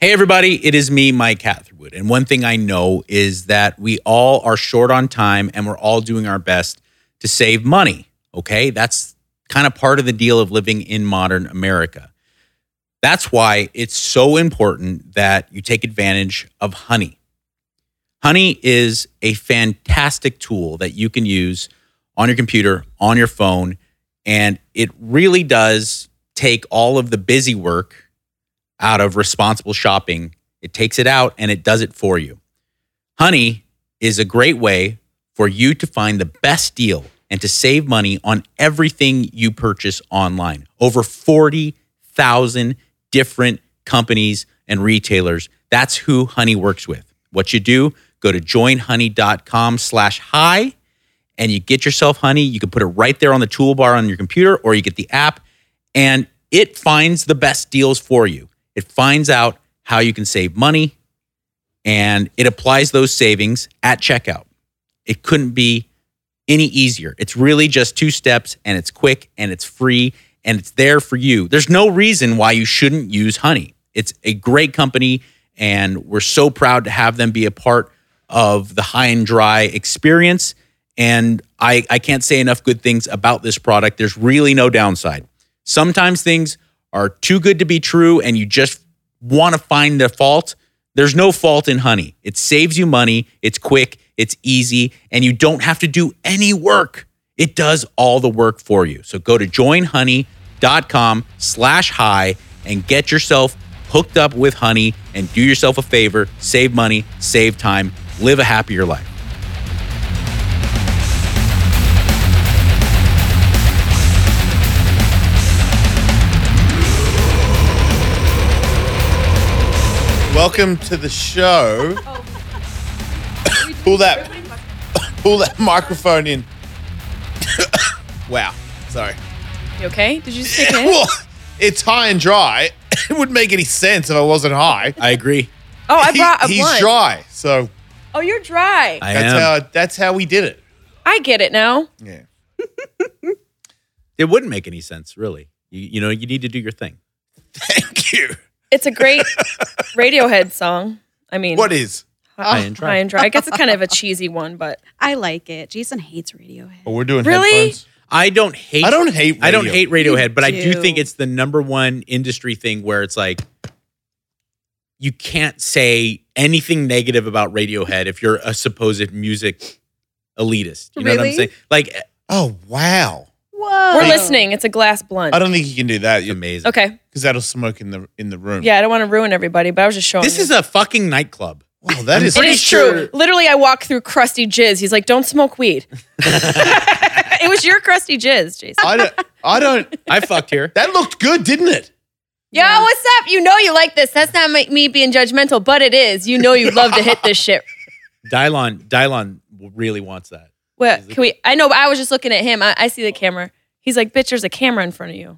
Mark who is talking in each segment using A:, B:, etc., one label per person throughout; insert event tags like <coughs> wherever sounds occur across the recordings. A: Hey, everybody, it is me, Mike Catherwood. And one thing I know is that we all are short on time and we're all doing our best to save money. Okay. That's kind of part of the deal of living in modern America. That's why it's so important that you take advantage of Honey. Honey is a fantastic tool that you can use on your computer, on your phone, and it really does take all of the busy work out of responsible shopping. It takes it out and it does it for you. Honey is a great way for you to find the best deal and to save money on everything you purchase online. Over 40,000 different companies and retailers. That's who Honey works with. What you do, go to joinhoney.com slash hi and you get yourself Honey. You can put it right there on the toolbar on your computer or you get the app and it finds the best deals for you. It finds out how you can save money and it applies those savings at checkout. It couldn't be any easier. It's really just two steps and it's quick and it's free and it's there for you. There's no reason why you shouldn't use Honey. It's a great company and we're so proud to have them be a part of the high and dry experience. And I, I can't say enough good things about this product. There's really no downside. Sometimes things are too good to be true and you just want to find the fault. There's no fault in honey. It saves you money, it's quick, it's easy, and you don't have to do any work. It does all the work for you. So go to joinhoney.com slash high and get yourself hooked up with honey and do yourself a favor, save money, save time, live a happier life.
B: Welcome to the show.
C: Oh.
B: pull that, pull that microphone in. <coughs> wow, sorry.
C: You okay? Did you just take
B: <laughs>
C: it?
B: Well, it's high and dry. <coughs> It wouldn't make any sense if I wasn't high.
A: I agree.
C: Oh, I
B: He-
C: brought a
B: he's
C: blunt.
B: dry, so
C: Oh, you're dry. I,
A: I
B: that's
A: am.
B: how that's how we did it.
C: get it now.
B: Yeah.
A: it wouldn't make any sense, really. You, you know, you need to do your thing.
B: Thank you.
C: It's a great
B: <laughs>
C: Radiohead song. I mean,
B: What is?
A: High and dry.
C: High and dry. I guess it's kind of a cheesy
B: <laughs>
C: one, but
D: I like it. Jason hates Radiohead.
B: Oh, we're doing
C: Really?
B: headphones.
A: I don't hate.
B: I don't hate
A: I don't
B: radio.
A: hate Radiohead, but I do
D: do.
A: think it's the number one industry thing where it's like you can't say anything negative about Radiohead if you're a supposed music elitist. You know what I'm
C: Really?
A: saying? Like eh,
B: Oh wow!
D: Whoa.
C: we're listening. It's a glass blunt.
B: I don't think you can do that because
A: amazing.
C: okay.
B: that'll smoke in the in the room.
C: Yeah, I don't want to ruin everybody, but I was just showing.
A: This
C: you.
A: is a fucking nightclub.
B: Wow, that is.
C: It is true. Literally, I walked through crusty jizz. He's like, "Don't smoke weed."
B: <laughs>
C: it was your crusty jizz, Jason.
B: I don't. I don't.
A: I fucked
C: <laughs>
A: here.
B: That looked good, didn't it?
C: Yo, what's up? You know you like this. That's not my, me being judgmental, but it is. You know you love to hit this shit.
A: Dylon Dylon really wants that.
C: Well, can we? I know. But I was just looking at him. I, I see the camera. He's like, "Bitch, there's a camera in front of you."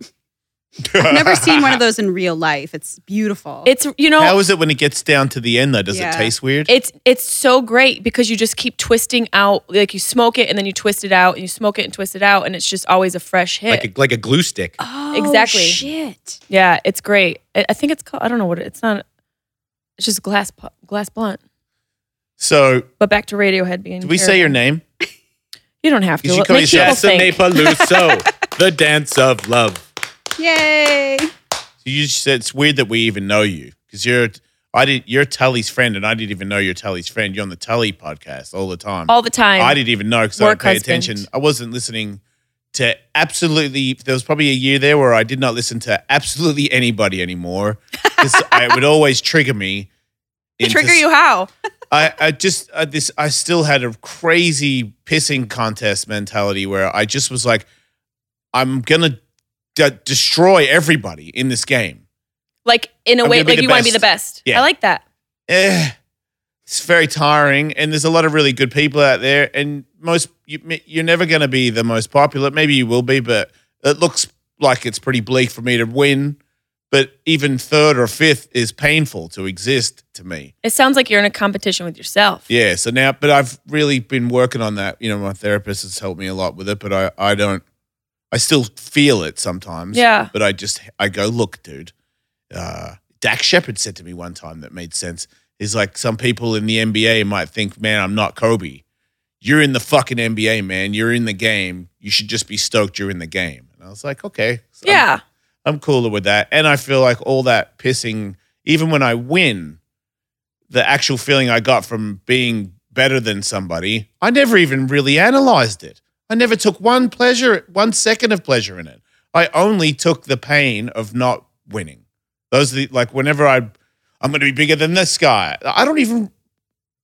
D: I've never
A: <laughs>
D: seen one of those in real life. It's beautiful.
C: It's you know,
B: How is it when it gets down to the end though? Does
D: Yeah.
B: it taste weird?
C: it's it's so great because you just keep twisting out. Like you smoke it and then you twist it out, and you smoke it and twist it out, and it's just always a fresh hit.
A: Like a, like a glue stick.
C: Uh,
D: oh,
C: exactly.
D: Shit.
C: yeah, it's great. I, I think it's called. I don't know what it, it's not. It's just glass pu- glass blunt.
B: so,
C: But back to Radiohead being.
B: did we
C: terrible.
B: say your name?
C: You don't have to.
B: You should
C: Make
B: call
C: people
B: yourself
C: think.
A: Palooso, the dance of love.
D: Yay.
B: You just said it's weird that we even know you because you're I did you're Tully's friend and I didn't even know you're Tully's friend. You're on the Tully podcast all the time.
C: all the time.
B: I didn't even know because I
C: Oh, Work
B: don't pay
C: husband.
B: attention. I wasn't listening to absolutely. There was probably a year there where I did not listen to absolutely anybody anymore
C: <laughs>
B: because it would always trigger me. into-
C: Trigger you how?
B: I, I just I, this I still had a crazy pissing contest mentality where I just was like, I'm gonna d- destroy everybody in this game.
C: Like in a
B: I'm
C: way,
B: gonna be
C: like
B: the
C: you want to be
B: best.
C: the best.
B: Yeah.
C: I like that.
B: eh, it's very tiring and there's a lot of really good people out there and most you, you're never going to be the most popular maybe you will be but it looks like it's pretty bleak for me to win but even third or fifth is painful to exist to me
C: It sounds like you're in a competition with yourself.
B: yeah so now but i've really been working on that you know my therapist has helped me a lot with it but i i don't i still feel it sometimes
C: Yeah.
B: but i just i go look dude uh Dak Shepard said to me one time that made sense. Is like some people in the NBA might think, man, I'm not Kobe. You're in the fucking NBA, man. You're in the game. You should just be stoked you're in the game. And I was like, okay. So I'm-
C: Yeah.
B: I'm cooler with that. And I feel like all that pissing, even when I win, the actual feeling I got from being better than somebody, I never even really analyzed it. I never took one pleasure, one second of pleasure in it. I only took the pain of not winning. Those are the, like whenever I, I'm going to be bigger than this guy. I don't even,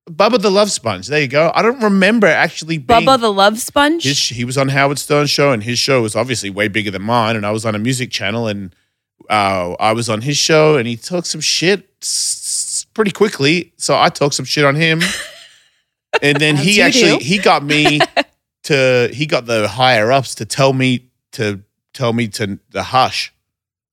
B: Bubba the Love Sponge. There you go. I don't remember actually being
C: Bubba the Love Sponge.
B: his he was on Howard Stern's show, and his show was obviously way bigger than mine. And I was on a music channel, and uh, I was on his show, and he took some shit s- s- pretty quickly. So I took some shit on him, and then
D: As
B: he
D: you
B: actually
D: do.
B: he got me to he got the higher ups to tell me to tell me to the hush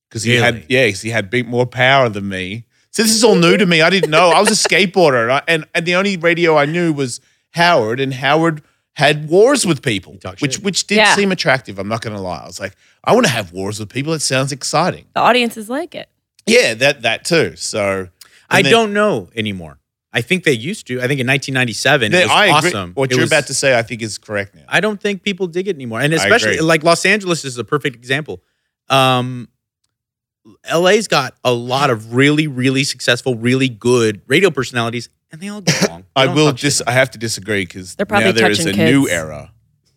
B: because he had
A: Really?
B: yeah 'cause he had big more power than me. So this is all new to me. I didn't know. I was a skateboarder, and, I, and and the only radio I knew was Howard, and Howard had wars with people,
A: talked
B: which
A: shit.
B: which did
C: Yeah.
B: seem attractive. I'm not going to lie. I was like, I want to have wars with people. It sounds exciting.
C: the audiences like it.
B: Yeah, that that too. So
A: I
B: and then-
A: don't know anymore. I think they used to. I think in 1997,
B: then
A: it was
B: I agree.
A: awesome. It
B: What you're
A: was-
B: about to say, I think is correct now.
A: I don't think people dig it anymore. And
B: I
A: especially
B: agree.
A: like Los Angeles is a perfect example. Um, LA's got a lot of really, really successful, really good radio personalities, and they all
B: <laughs>
A: get along. They
B: I
A: don't
B: will
A: talk shit
B: just. I have to disagree because
C: They're probably
B: now there is a
C: touching
B: new
C: kids.
B: era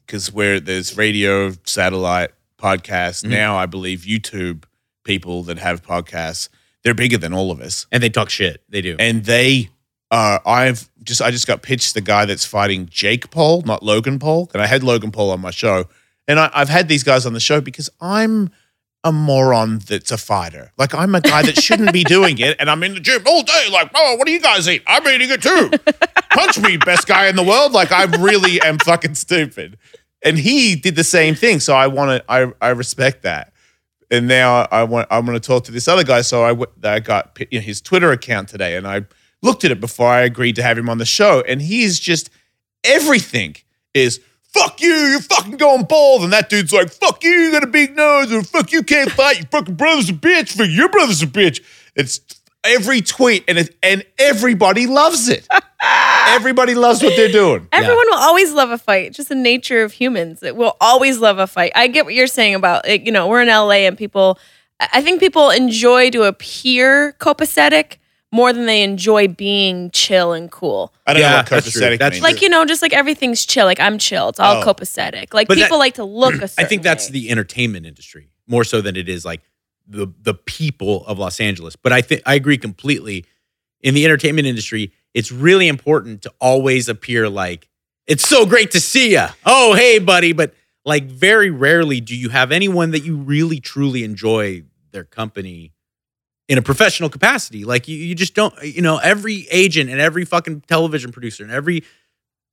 B: because where there's radio, satellite, podcasts.
A: Mhm.
B: Now I believe YouTube people that have podcasts, they're bigger than all of us,
A: and they talk shit. They do.
B: and they. Uh, I've just I just got pitched the guy that's fighting Jake Paul, not Logan Paul, and I had Logan Paul on my show, and I, I've had these guys on the show because I'm a moron that's a fighter. Like I'm a guy that shouldn't be doing it, and I'm in the gym all day. Like, oh, what do you guys eat? I'm eating it too. Punch me, best guy in the world. Like I really am fucking stupid. And he did the same thing, so I want to. I I respect that. And now I want. I'm going to talk to this other guy. So I w- I got you know, his Twitter account today, and I looked at it before I agreed to have him on the show, and he's just everything is fuck you, you're fucking going bald. And that dude's like, fuck you, you got a big nose, or fuck you can't fight, your fucking brother's a bitch, fuck your brother's a bitch. It's every tweet and it, and everybody
A: <laughs>
B: loves it. everybody loves what they're doing.
C: Everyone will always love a fight. It's just the nature of humans. It will always love a fight. I get what you're saying about it. You know, we're in LA and people, I I think people enjoy to appear copacetic more than they enjoy being chill and cool.
B: I don't know
A: Yeah,
B: what
A: that's true.
B: copacetic
A: That's
B: means.
A: true.
C: Like, you know, just like everything's chill. Like, I'm chill. It's all
B: Oh.
C: copacetic. Like,
A: But that-
C: people like to look a
A: I
C: certain
A: think that's
C: way.
A: the entertainment industry more so than it is like the the people of Los Angeles. But I think I agree completely. In the entertainment industry, it's really important to always appear like it's so great to see you. Oh, hey, buddy. But like, very rarely do you have anyone that you really truly enjoy their company in a professional capacity. Like, you, you just don't. You know, every agent and every fucking television producer and every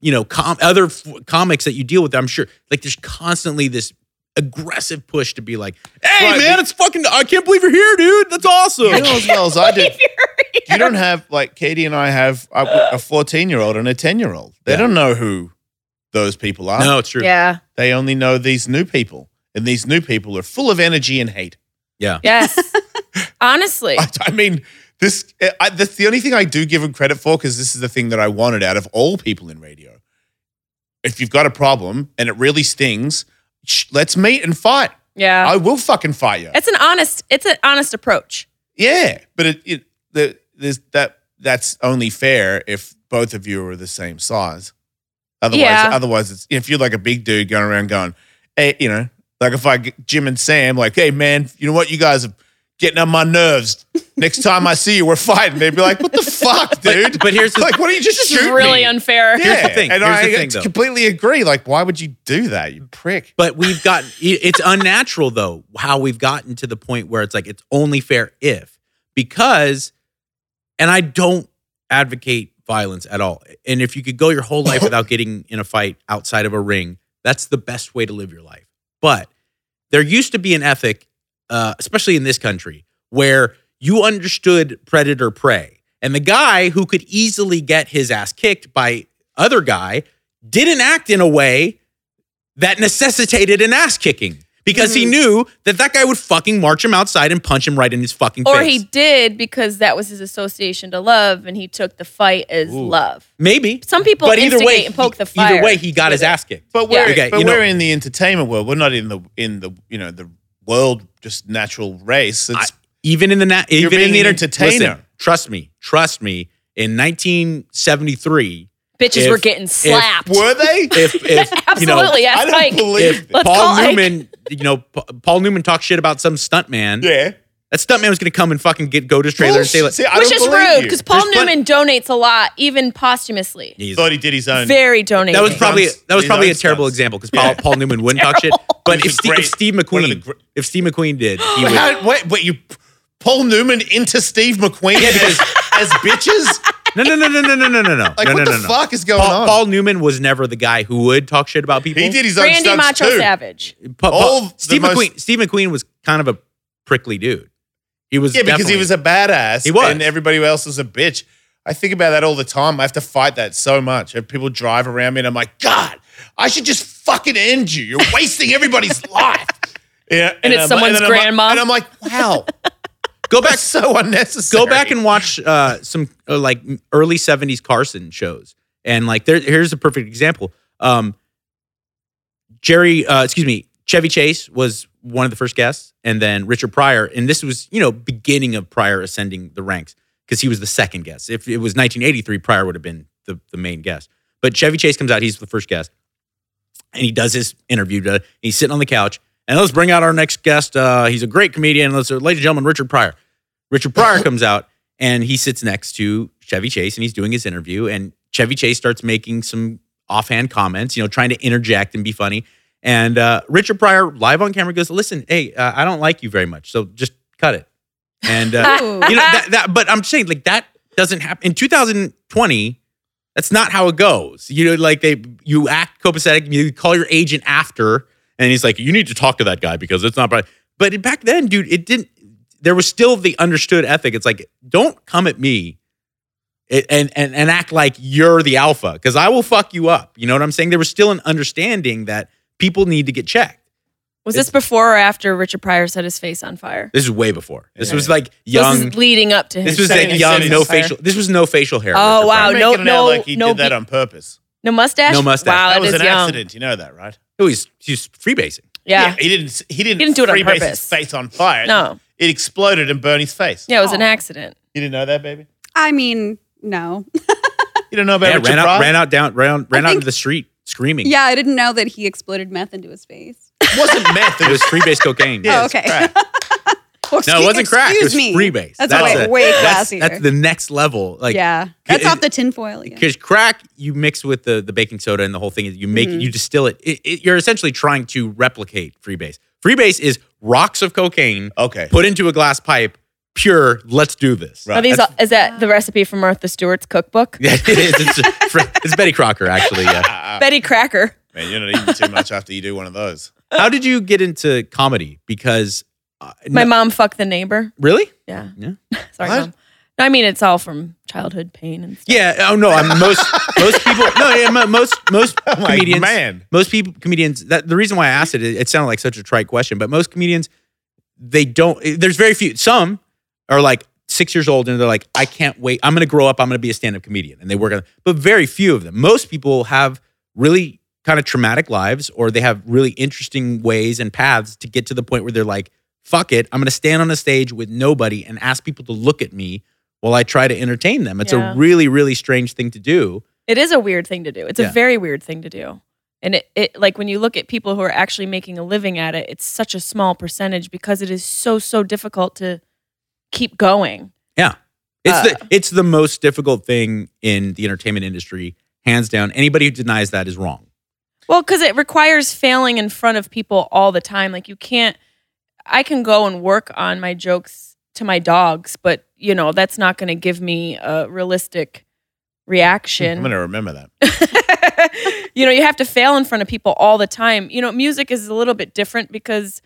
A: you know, com- other f- comics that you deal with, I'm sure, like there's constantly this aggressive push to be like, hey,
B: Right,
A: man,
B: but-
A: it's fucking, I can't believe you're here, dude. That's awesome.
B: you know as well as
C: <laughs>
B: I do. You don't have like Katie and I have a a 14 year old and a 10 year old. They
A: Yeah.
B: don't know who those people
A: <laughs>
B: are.
A: no, it's true.
C: Yeah.
B: They only know these new people, and these new people are full of energy and hate. <laughs>
C: Yes. Honestly.
B: I, I mean, this I, that's the only thing I do give him credit for because this is the thing that I wanted out of all people in radio. If you've got a problem and it really stings, sh- let's meet and fight.
C: Yeah.
B: I will fucking fight you.
C: it's an honest, it's an honest approach.
B: Yeah, but it, it the, there's that that's only fair if both of you are the same size. Otherwise,
C: Yeah.
B: otherwise, it's if you're like a big dude going around going, hey, you know, like if I get Jim and Sam, like, hey man, you know what, you guys are getting on my nerves. Next time I see you, we're fighting. They'd be like, what the
C: <laughs>
B: fuck, dude?
A: but here's the-
B: like, what are you just
C: This is
B: shooting
C: really
B: me?
C: unfair.
B: Yeah,
A: Here's the thing,
B: and
A: here's
B: I
A: the thing, though.
B: completely agree. Like, why would you do that, you prick?
A: But we've gotten, it- it's unnatural though, how we've gotten to the point where it's like, it's only fair if, because, and I don't advocate violence at all. And if you could go your whole
C: <laughs>
A: life without getting in a fight outside of a ring, that's the best way to live your life. But there used to be an ethic, uh, especially in this country, where you understood predator prey. And the guy who could easily get his ass kicked by other guy didn't act in a way that necessitated an ass kicking. because
C: Mm-hmm.
A: he knew that that guy would fucking march him outside and punch him right in his fucking
C: Or he
A: face.
C: did because that was his association to love, and he took the fight as love.
A: Maybe
C: Some people
A: but either way,
C: instigate and poke
A: he-
C: the fire.
A: Either way, he got his ass kicked.
B: But
C: Yeah.
B: we're
A: Okay,
B: but
A: you know-
B: we're in the entertainment world. We're not in the in the you know the world just natural race. It's
A: even in the na- even
B: being
A: in the
B: an
A: inter-
B: entertainer.
A: listen, trust me, trust me. In 1973,
C: Bitches
A: If-
C: were getting slapped.
B: were they? <laughs>
C: <laughs>
A: if if you know,
C: Absolutely,
B: I
C: yes,
B: don't
C: Mike.
B: believe
A: if
B: it.
C: Let's
A: Paul
C: call Ike.
A: Newman, you know, Pa- Paul Newman talked shit about some stuntman.
B: <laughs> Yeah.
A: That stuntman was going to come and fucking get go to his trailer and say, like,
B: See, I
C: Which
B: don't
C: is
B: believe
C: rude
B: you.
C: because Paul
A: There's plenty-
C: Newman donates a lot, even posthumously.
A: he's-
B: thought he did his own.
C: Very donating.
A: that was probably
B: Stunts,
A: that was
B: these
A: probably a
B: own
A: terrible
B: stunts.
A: example because Paul, Paul Newman wouldn't talk shit. But
B: He
A: if
B: was a
A: Steve, if
B: great-
A: Steve
B: one of the
A: McQueen,
B: gr-
A: if Steve McQueen did,
B: <laughs>
A: he
B: Wait,
A: would.
B: how, wait, wait, you Paul Newman into Steve <laughs> McQueen as, as bitches?
A: No, no, no, no, no, no, no, no, no.
B: Like
A: no,
B: what
A: no,
B: the
A: no, no.
B: fuck is going
A: Paul,
B: on?
A: Paul Newman was never the guy who would talk shit about people.
B: he did his own
C: Randy
B: stunts
C: Macho
B: too.
C: Savage.
A: Pa- Pa-
B: all the
A: Steve
B: most-
A: McQueen. Steve McQueen was kind of a prickly dude. He was
B: Yeah, because he
A: definitely-
B: was a badass.
A: He was.
B: And everybody else is a bitch. I think about that all the time. I have to fight that so much. If people drive around me and I'm like, God, I should just fucking end you. You're wasting everybody's life. Yeah,
C: And it's
B: I'm-
C: someone's
B: then I'm like-
C: grandma.
B: and I'm like, wow,
A: go back
B: that's so unnecessary.
A: go back and watch uh, some uh, like early '70s Carson shows, and like there, here's a perfect example. Um, Jerry, uh, excuse me, Chevy Chase was one of the first guests, and then Richard Pryor, and this was you know beginning of Pryor ascending the ranks because he was the second guest. If it was 1983, Pryor would have been the, the main guest. But Chevy Chase comes out, he's the first guest, and he does his interview. uh, He's sitting on the couch, and let's bring out our next guest. Uh, he's a great comedian. Let's, uh, ladies and gentlemen, Richard Pryor. Richard Pryor comes out and he sits next to Chevy Chase and he's doing his interview. And Chevy Chase starts making some offhand comments, you know, trying to interject and be funny. And uh, Richard Pryor, live on camera, goes, "Listen, hey, uh, I don't like you very much, so just cut it." And uh,
C: Ah.
D: Ooh.
A: you know that, that. But I'm saying like that doesn't happen in 2020. That's not how it goes. You know, like they you act copacetic. You call your agent after, and he's like, "You need to talk to that guy because it's not." Right. But it- back then, dude, it didn't. There was still the understood ethic. It's like, don't come at me, a- and and and act like you're the alpha because I will fuck you up. You know what I'm saying? There was still an understanding that people need to get checked.
C: <laughs> Was this before or after Richard Pryor set his face on fire?
A: This is way before. This
B: Yeah.
A: was like
C: This
A: young.
C: is leading up to him.
A: This was
B: Saying
A: like
B: he
A: young,
B: said
A: no
B: he's
C: fire.
A: facial. This was no facial hair.
C: Oh,
A: Richard
C: wow.
A: Pryor.
B: I'm
C: no-
B: making it out
C: no-
B: like he
C: no
B: did that
C: be-
B: on purpose.
C: no mustache.
A: No mustache.
C: Wow,
B: that
C: it
B: was
C: is
B: an
C: young.
B: accident. You know that, right?
A: He was he was freebasing.
C: Yeah.
B: he didn't. He didn't.
C: He didn't do it on
B: freebase
C: purpose.
B: His face on fire.
C: No.
B: it exploded and burned his face.
C: Yeah, it
A: Oh.
C: was an accident.
B: You didn't know that, baby.
D: I mean, no.
B: You didn't know about
A: Yeah,
B: Richard
A: ran out,
B: Pryor?
A: ran out down, ran, ran out
D: think-
A: into the street screaming.
D: Yeah, I didn't know that he exploded meth into his face.
B: It wasn't meth. It
A: it was
B: was
A: freebase
B: <laughs>
A: cocaine.
B: yeah,
D: Oh,
B: it's
D: okay.
B: crack.
A: No, it wasn't crack. It was freebase.
D: That's,
A: That's
D: way,
A: a-
D: way
A: that's,
D: classier.
A: that's the next level. Like,
D: yeah, that's off the tinfoil. Yeah.
A: because crack you mix with the the baking soda and the whole thing. You make
D: Mm-hmm.
A: you distill it. It- it- You're essentially trying to replicate freebase. Freebase is rocks of cocaine
B: Okay.
A: put into a glass pipe, pure. Let's do this.
B: Right.
C: Are these?
A: That's-
C: all- Is that the recipe from Martha Stewart's cookbook?
A: <laughs> Yeah, it is. It's, it's Betty Crocker, actually. Yeah.
C: Betty Cracker.
B: Man, you're not eating too much after you do one of those.
A: How did you get into comedy? Because uh,
C: My
A: no-
C: mom fucked the neighbor.
A: really?
C: Yeah.
A: Yeah.
C: <laughs> Sorry,
B: What?
C: mom. No, I mean it's all from childhood pain and stuff.
A: Yeah. Oh no. I'm most most people. No. Yeah. mo- Most most
B: my
A: comedians.
B: man.
A: Most people comedians. That the reason why I asked it. It, it sounded like such a trite question, but most comedians they don't. eh, There's very few. Some are like six years old and they're like, I can't wait. I'm going to grow up. I'm going to be a stand up comedian, and they work on. But very few of them. Most people have really kind of traumatic lives, or they have really interesting ways and paths to get to the point where they're like, fuck it. I'm going to stand on a stage with nobody and ask people to look at me. While I try to entertain them, it's
C: Yeah.
A: a really, really strange thing to do.
C: It is a weird thing to do. It's
A: Yeah.
C: a very weird thing to do. And it, it like when you look at people who are actually making a living at it, it's such a small percentage because it is so so difficult to keep going.
A: It's
C: Uh,
A: the it's the most difficult thing in the entertainment industry, hands down. Anybody who denies that is wrong.
C: Well, because it requires failing in front of people all the time. Like you can't. I can go and work on my jokes to my dogs, but you know that's not going to give me a realistic reaction.
B: I'm gonna remember that.
C: <laughs> you know, you have to fail in front of people all the time. You know, music is a little bit different because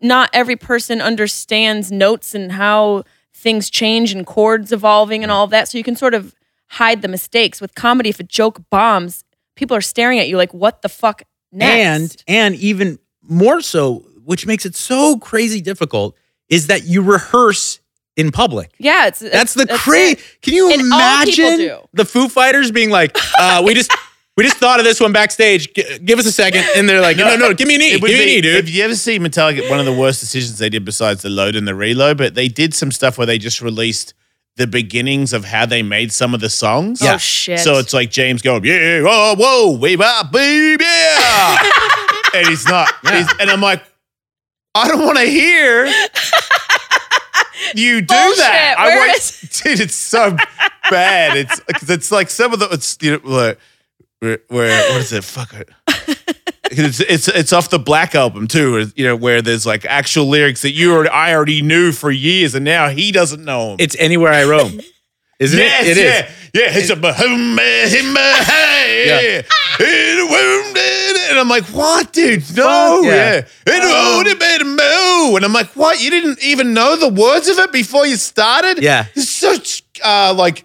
C: not every person understands notes and how things change and chords evolving and all of that. So you can sort of hide the mistakes. With comedy, if a joke bombs, people are staring at you like, what the fuck next?
A: And and even more so, wh- which makes it so crazy difficult, is that you rehearse in public.
C: Yeah, it's
A: That's the
C: it.
A: crazy. Can you
C: And all people
A: imagine
C: do.
A: the Foo Fighters being like, uh, "We just, we just thought of this one backstage. G- give us a second. and they're like, "No, no, give me an E,
B: It
A: give
B: would
A: me an
B: be-
A: E, dude."
B: If you ever see Metallica, one of the worst decisions they did besides the load and the reload, but they did some stuff where they just released the beginnings of how they made some of the songs.
A: Yeah.
C: Oh shit!
B: So it's like James going, yeah, oh, whoa, we my baby. and he's not. He's- and I'm like, I don't want to hear you do that.
C: Bullshit.
B: I
C: Where
B: want,
C: is-
B: <laughs> dude, it's so bad. It's because it's like some of the it's you know like, where where what is it? Fuck
C: <laughs>
B: it. 'Cause It's, it's it's off the Black album too, where, you know, where there's like actual lyrics that you already I already knew for years, and now he doesn't know them.
A: it's anywhere I roam, isn't
B: Yes,
A: it? It is.
B: yeah. Yeah, it's a bahuma, himma, eh, hey,
A: <laughs> Yeah.
B: and wounded. And I'm like, what, dude? No,
A: Fuck, yeah.
B: yeah. And wounded, but moo. And I'm like, what? You didn't even know the words of it before you started?
A: Yeah.
B: It's such, uh, like,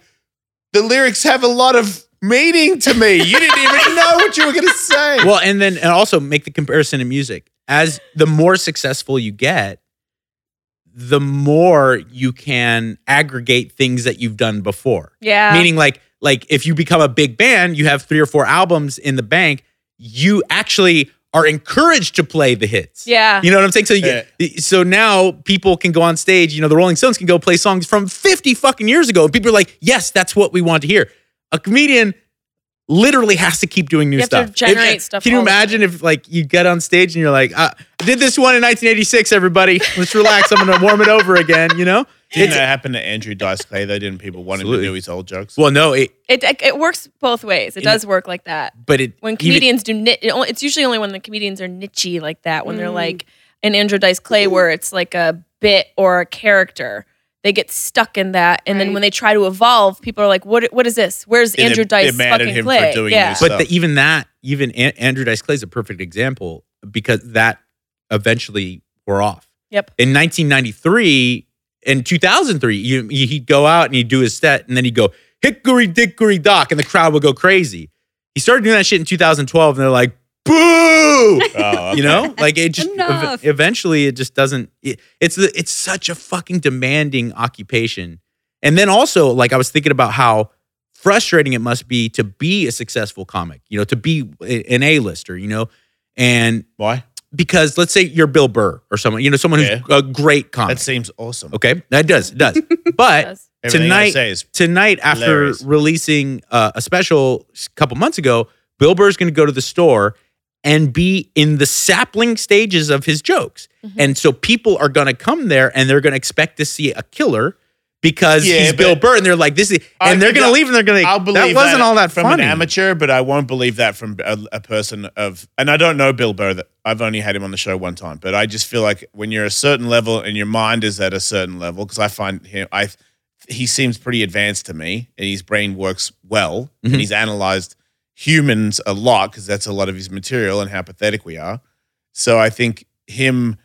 B: the lyrics have a lot of meaning to me. You didn't
A: <laughs>
B: even know what you were going to say.
A: well, and then and also make the comparison in music. As the more successful you get, the more you can aggregate things that you've done before.
C: yeah,
A: Meaning like like if you become a big band, you have 3 or 4 albums in the bank, you actually are encouraged to play the hits.
C: yeah,
A: You know what I'm saying? So you get, so now people can go on stage, you know, the Rolling Stones can go play songs from 50 fucking years ago and people are like, "Yes, that's what we want to hear." A comedian literally has to keep doing new
C: You have to
A: stuff.
C: generate stuff
A: Can you
C: all the
A: imagine if like you get on stage and you're like, uh, "I did this one in 1986, everybody. Let's relax. I'm going to warm it over again," you
C: <laughs>
A: know?
B: didn't that happen to Andrew Dice Clay, though? Didn't people want
A: Absolutely.
B: him to do his old jokes?
A: Well, no, it,
C: It, it it works both ways. It
A: You know-
C: does work like that.
A: but it
C: when
A: even-
C: comedians do nit, it only- it's usually only when the comedians are nichey like that when they're like an Andrew Dice Clay where it's like a bit or a character they get stuck in that and then
D: Right.
C: when they try to evolve people are like what what is this where's
B: Yeah, they-
C: Andrew
B: they're
C: Dice
B: mad at
C: fucking
B: him for
C: Clay
B: doing
C: yeah
B: this.
A: But
B: So-
A: the, even that, even An- Andrew Dice Clay is a perfect example because that eventually wore off.
C: Yep.
A: In 1993 and 2003, you, you- he'd go out and he'd do his set, and then he'd go hickory dickory dock, and the crowd would go crazy. He started doing that shit in 2012, and they're like, boo!
B: Oh,
A: You know, like it just ev-
D: Enough.
A: eventually it just doesn't. It, it's the, it's such a fucking demanding occupation, and then also like I was thinking about how frustrating it must be to be a successful comic. You know, to be a- an A lister. You know, and
B: Why?
A: because let's say you're Bill Burr or someone. You know, someone who's
B: Yeah.
A: a great comic.
B: That seems awesome.
A: okay, that does it does, but
C: Does.
B: Everything I
A: Tonight-
B: say is
A: tonight after
B: Hilarious.
A: releasing uh, a special a couple months ago bill burr's going to go to the store and be in the sapling stages of his jokes and so people are going to come there and they're going to expect to see a killer because
B: Yeah,
A: he's
B: but-
A: Bill Burr, and they're like, "This is,"
B: I
A: and they're
B: think
A: gonna
B: I-
A: leave, and they're gonna.
B: I'll
A: Like,
B: believe
A: that wasn't all that
B: from
A: funny.
B: an amateur, but I won't believe that from a, a person of. And I don't know Bill Burr. That I've only had him on the show one time, but I just feel like when you're a certain level and your mind is at a certain level, because I find him, I he seems pretty advanced to me, and his brain works well,
A: Mhm.
B: and he's analyzed humans a lot because that's a lot of his material and how pathetic we are. So I think him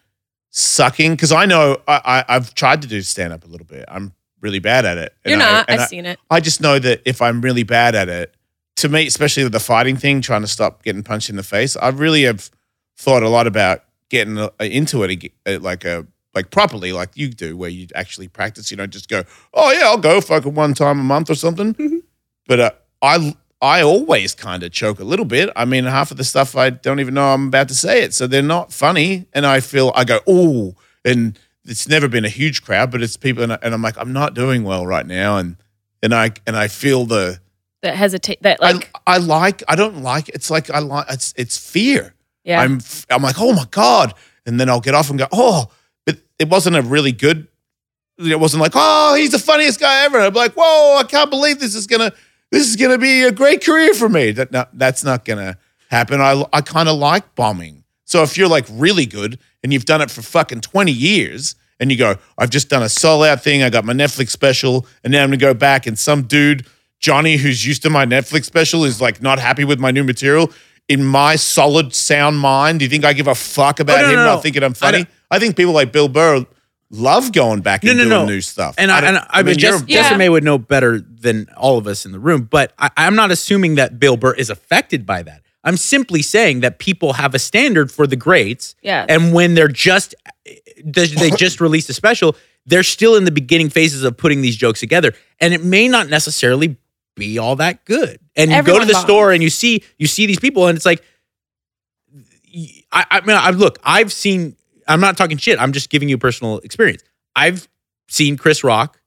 B: sucking because I know I, I I've tried to do stand up a little bit. I'm really bad at it.
C: you're
B: And I-
C: not
B: and
C: I've
B: I-
C: seen it
B: I just know that if I'm really bad at it, to me, especially with the fighting thing, trying to stop getting punched in the face, I really have thought a lot about getting uh, into it ag- uh, like a like properly, like you do, where you actually practice. You know, just go, oh yeah, I'll go fucking one time a month or something. But uh, I I always kind of choke a little bit. I mean, half of the stuff I don't even know I'm about to say it, so they're not funny, and I feel I go ooh, and it's never been a huge crowd, but it's people, and, I, and I'm like, I'm not doing well right now, and and I and I feel the
C: that hesitate that like
B: I, I like I don't like it's like I like it's it's fear.
C: yeah
B: I'm f- I'm like oh my god, and then I'll get off and go oh, but it wasn't a really good. It wasn't like oh he's the funniest guy ever. I'm like whoa I can't believe this is gonna this is gonna be a great career for me. That no, that's not gonna happen. I I kind of like bombing. So if you're like really good and you've done it for fucking twenty years. And you go, I've just done a sell out thing. I got my Netflix special, and now I'm gonna go back. And some dude Johnny, who's used to my Netflix special, is like not happy with my new material. In my solid sound mind, do you think I give a fuck about
A: Oh, no,
B: him
A: no,
B: not
A: no.
B: thinking
A: I
B: I'm funny?
A: don't-
B: I, think people like Bill Burr love going back
A: No,
B: and
A: no,
B: doing
A: no.
B: new stuff.
A: And I,
B: don't-
A: and I, I mean,
B: you're-
A: Jess,
C: Yeah.
A: Jessica May would know better than all of us in the room, but I, I'm not assuming that Bill Burr is affected by that. I'm simply saying that people have a standard for the greats.
C: Yes.
A: And when they're just, they they just released a special, they're still in the beginning phases of putting these jokes together. And it may not necessarily be all that good. And you go
C: Everyone
A: to the
C: bombs.
A: store and you see, you see these people and it's like, I, I mean, I look, I've seen, I'm not talking shit. I'm just giving you personal experience. I've seen Chris Rock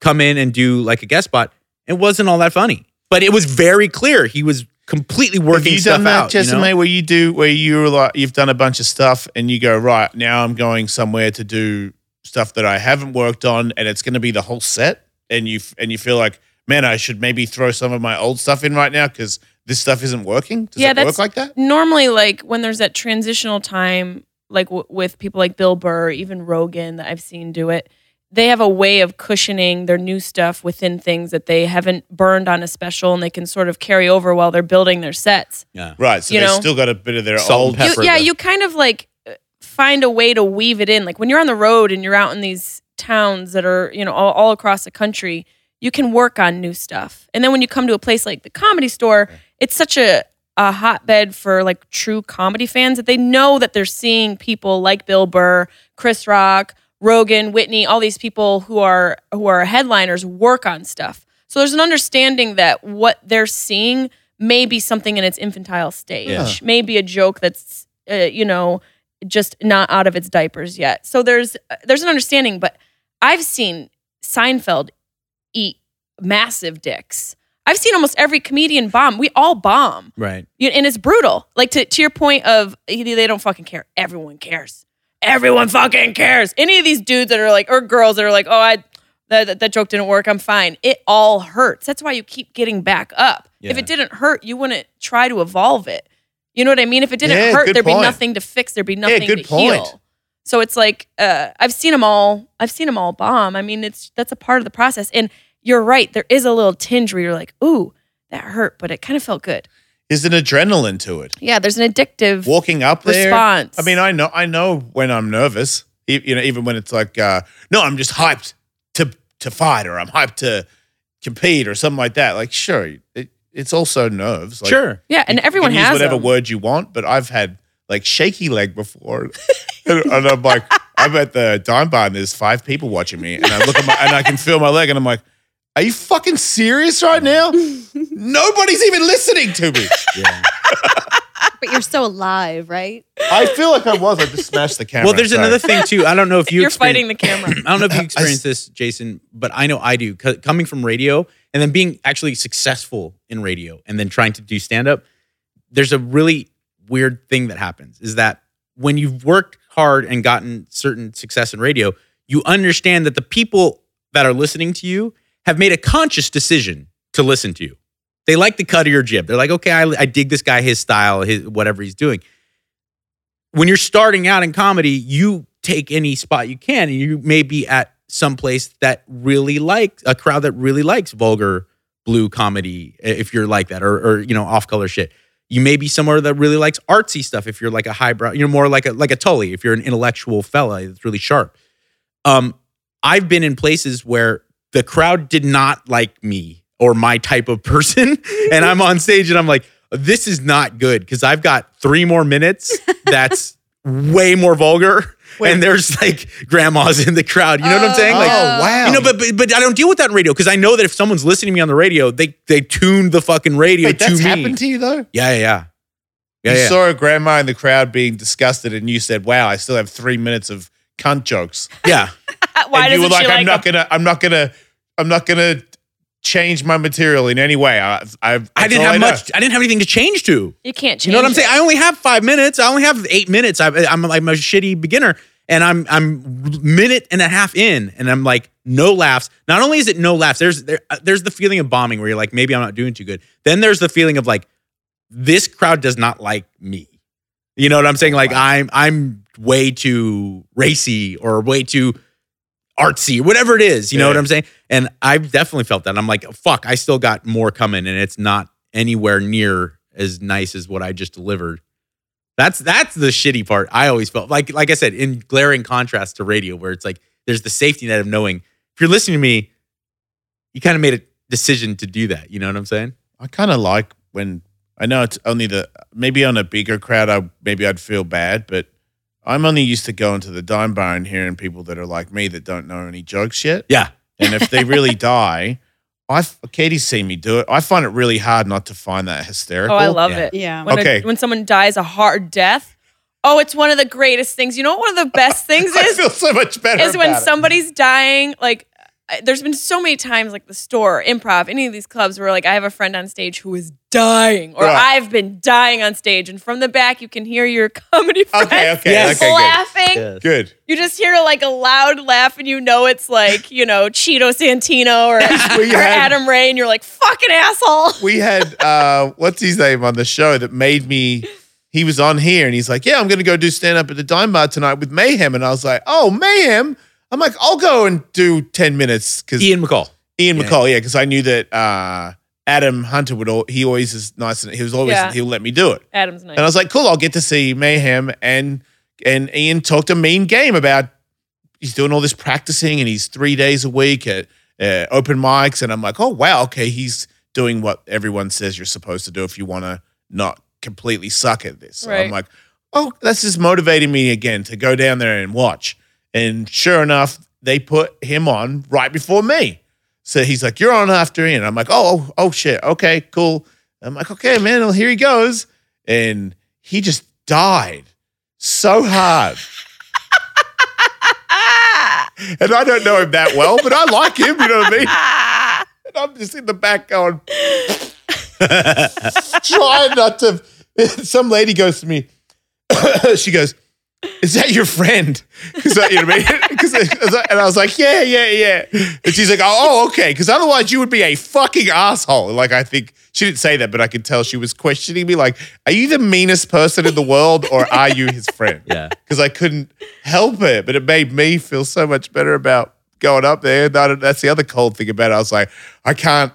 A: come in and do like a guest spot. It wasn't all that funny, but it was very clear he was completely
B: Have
A: working
B: you
A: stuff
B: done that,
A: out. you know?
B: Jessamy, where you do where you're like you've done a bunch of stuff and you go right now I'm going somewhere to do stuff that I haven't worked on and it's going to be the whole set and you f- and you feel like man I should maybe throw some of my old stuff in right now because this stuff isn't working. Does
C: Yeah,
B: it work
C: that's-
B: like that?
C: normally like when there's that transitional time like w- with people like bill burr even rogan that i've seen do it they have a way of cushioning their new stuff within things that they haven't burned on a special and they can sort of carry over while they're building their sets
B: Right, so
C: You
B: they've
C: know,
B: still got a bit of their
A: salt and
B: old.
A: pepper.
C: you, yeah
A: the-
C: you kind of like uh, find a way to weave it in like when you're on the road and you're out in these towns that are you know all, all across the country you can work on new stuff and then when you come to a place like the comedy store it's such a a hotbed for like true comedy fans that they know that they're seeing people like Bill Burr, Chris Rock, Rogan, Whitney, all these people who are who are headliners work on stuff. So there's an understanding that what they're seeing may be something in its infantile stage,
B: Yeah.
C: maybe a joke that's uh, you know just not out of its diapers yet. So there's uh, there's an understanding, but I've seen Seinfeld eat massive dicks. I've seen almost every comedian bomb. We all bomb.
A: Right.
C: You- and it's brutal. Like to, to your point of eh, they don't fucking care. Everyone cares. Everyone fucking cares. Any of these dudes that are like or girls that are like, oh, I that that, that joke didn't work. I'm fine. It all hurts. That's why you keep getting back up. If
A: Yeah.
C: it didn't hurt, you wouldn't try to evolve it. You know what I mean? If it didn't
B: Yeah,
C: hurt,
B: good
C: there'd
B: point.
C: be nothing to fix. There'd be nothing
B: good
C: to
B: point.
C: heal. So it's like uh, I've seen them all. I've seen them all bomb. I mean, it's that's a part of the process. And you're right. There is a little tinge where you're like, ooh, that hurt, but it kind of felt good.
B: There's an adrenaline to it.
C: Yeah, there's an addictive
B: Walking up there,
C: response.
B: I mean, I know, I know when I'm nervous. e- You know, even when it's like, uh, no, I'm just hyped to to fight, or I'm hyped to compete, or something like that. Like, sure, it, it's also nerves. Like,
A: sure.
C: yeah, and
B: you
C: everyone
B: can
C: has
B: use whatever
C: them.
B: word you want. But I've had like shaky leg before, <laughs> and, and I'm like, I'm at the dime bar, and there's five people watching me, and I look at my, and I can feel my leg, and I'm like, are you fucking serious right
C: <laughs>
B: now? Nobody's even listening to me.
A: Yeah.
D: But you're so alive, right?
B: I feel like I was. I just smashed the camera.
A: well, there's
B: sorry.
A: another thing too. I don't
C: <laughs>
A: know if you
C: You're
A: experienced-
C: fighting the
B: <laughs>
C: camera. <laughs>
A: I don't know if you experienced this, Jason, but I know I do. Co- Coming from radio and then being actually successful in radio and then trying to do stand up, there's a really weird thing that happens is that when you've worked hard and gotten certain success in radio, you understand that the people that are listening to you have made a conscious decision to listen to you. They like the cut of your jib. They're like, okay, I, I dig this guy, his style, his whatever he's doing when you're starting out in comedy, you take any spot you can, and you may be at some place that really likes a crowd that really likes vulgar blue comedy. i- If you're like that, or or you know off color shit, you may be somewhere that really likes artsy stuff. If you're like a highbrow, you're more like a like a Tully. If you're an intellectual fella that's really sharp. Um, I've been in places where the crowd did not like me or my type of person, <laughs> and I'm on stage and I'm like, this is not good because I've got three more minutes. That's way more vulgar, and there's like grandmas in the crowd. You know what I'm saying?
B: Oh
A: Like,
B: wow!
A: you know, but, but but I don't deal with that in radio because I know that if someone's listening to me on the radio, they they tune the fucking radio
B: Wait,
A: to
B: that's
A: me.
B: happened to you though.
A: yeah, yeah, yeah. Yeah,
B: you
A: yeah.
B: saw a grandma in the crowd being disgusted, and you said, "Wow, I still have three minutes of cunt jokes."
A: yeah.
C: Why
B: and you were
C: doesn't
B: like,
C: she
B: "I'm
C: like
B: not
C: them?
B: gonna, I'm not gonna, I'm not gonna change my material in any way." I, I,
A: I didn't have much. I didn't have anything to change to.
C: You can't change.
A: You know what I'm
C: it.
A: saying? I only have five minutes. I only have eight minutes. I, I'm I'm a shitty beginner, and I'm I'm minute and a half in, and I'm like no laughs. Not only is it no laughs, there's there, uh, there's the feeling of bombing where you're like maybe I'm not doing too good. Then there's the feeling of like this crowd does not like me. You know what I'm saying? Like I'm I'm way too racy or way too artsy, whatever it is. You know
B: Yeah.
A: what I'm saying? And I've definitely felt that. And I'm like, fuck, I still got more coming, and it's not anywhere near as nice as what I just delivered. That's that's the shitty part. I always felt like like I said, in glaring contrast to radio, where it's like there's the safety net of knowing if you're listening to me, you kind of made a decision to do that. You know what I'm saying?
B: I kind of like when I know it's only the maybe on a bigger crowd, I maybe I'd feel bad, but I'm only used to going to the dime bar and hearing people that are like me that don't know any jokes yet.
A: Yeah.
B: And if
A: <laughs>
B: they really die, I f- Katie's seen me do it. I find it really hard not to find that hysterical.
C: Oh, I love
A: Yeah.
C: it.
D: Yeah.
C: When, a-
B: Okay.
C: when someone dies a hard death, oh, it's one of the greatest things. You know what one of
B: <laughs>
C: the best
B: <laughs>
C: things
B: I
C: is?
B: feel so much better.
C: is when
B: about it.
C: somebody's dying. Like, I- there's been so many times, like the store, improv, any of these clubs where, like, I have a friend on stage who is dying, or
B: Right.
C: I've been dying on stage, and from the back you can hear your comedy friends <laughs>
B: Okay, okay,
A: Yes.
B: okay, good.
C: laughing.
B: Good.
C: You just hear like a loud laugh, and you know it's like you know Cheeto Santino or,
B: Well, you
C: or
B: had-
C: Adam Ray, and you're like fucking asshole.
B: we had uh, what's his name on the show that made me. He was on here and he's like, "Yeah, I'm going to go do stand up at the Dime Bar tonight with Mayhem," and I was like, "Oh, Mayhem." I'm like, "I'll go and do ten minutes because Ian,
A: Ian McCall. yeah.
B: McCall, yeah, because I knew that uh, Adam Hunter would. All, he always is nice and he was always
C: Yeah.
B: he'll let me do it."
C: Adam's nice.
B: And I was like, "Cool, I'll get to see Mayhem." And and Ian talked a mean game about he's doing all this practicing and he's three days a week at uh, open mics. And I'm like, "Oh wow, okay, he's doing what everyone says you're supposed to do if you want to not completely suck at this." So I'm
C: Right.
B: like, "Oh, that's just motivating me again to go down there and watch." And sure enough, they put him on right before me. So he's like, "You're on after Ian." I'm like, "Oh, oh, oh shit. Okay, cool." I'm like, "Okay, man. Well, here he goes." And he just died so hard.
C: ah,
B: And I don't know him that well, but I like him. You know what I mean?
C: ah.
B: And I'm just in the back going, trying not to. Some lady goes to me. <coughs> she goes, "Is that your friend?" Is that you know what I mean? 'Cause I- and I was like, "Yeah, yeah, yeah." And she's like, "Oh, oh, okay." Because otherwise, you would be a fucking asshole. Like I think she didn't say that, but I could tell she was questioning me. Like, are you the meanest person in the world, or are you his friend?
A: Yeah.
B: because I couldn't help it. But it made me feel so much better about going up there. That- That's the other cold thing about it. I was like, I can't.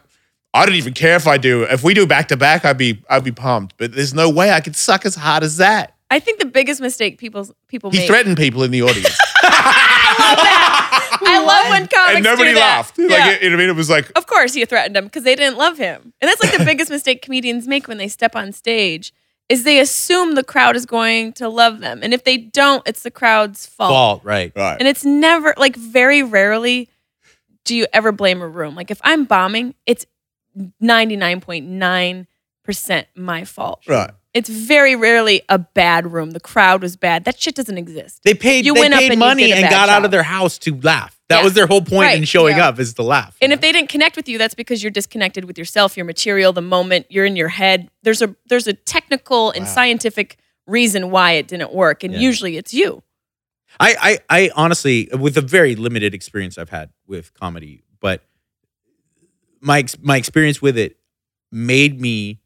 B: I don't even care if I do. If we do back to back, I'd be I'd be pumped. But there's no way I could suck as hard as that.
C: I think the biggest mistake people people
B: He
C: make.
B: threatened people <laughs> in the audience,
C: I love when comics
B: and nobody
C: do that.
B: laughed.
C: Yeah.
B: Like you know what I mean? It was like
C: of course, you threatened them because they didn't love him, and that's like the biggest mistake comedians make when they step on stage is they assume the crowd is going to love them, and if they don't, it's the crowd's fault.
A: <laughs> Fault, right.
B: right.
C: And it's never like very rarely do you ever blame a room. Like if I'm bombing, it's ninety nine point nine percent my fault.
B: Right.
C: It's very rarely a bad room. The crowd was bad. That shit doesn't exist.
A: They paid,
C: You
A: they
C: went up
A: paid
C: and you
A: money
C: did a
A: and
C: bad
A: got out
C: job.
A: of their house to laugh. That
C: Yeah.
A: was their whole point in
C: Right,
A: showing
C: yeah.
A: up is to laugh.
C: And if they didn't connect with you, that's because you're disconnected with yourself, your material, the moment, you're in your head. There's a there's a technical and
B: Wow.
C: scientific reason why it didn't work. And
A: Yeah.
C: usually it's you.
A: I, I, I honestly, with a very limited experience I've had with comedy, but my ex- my experience with it made me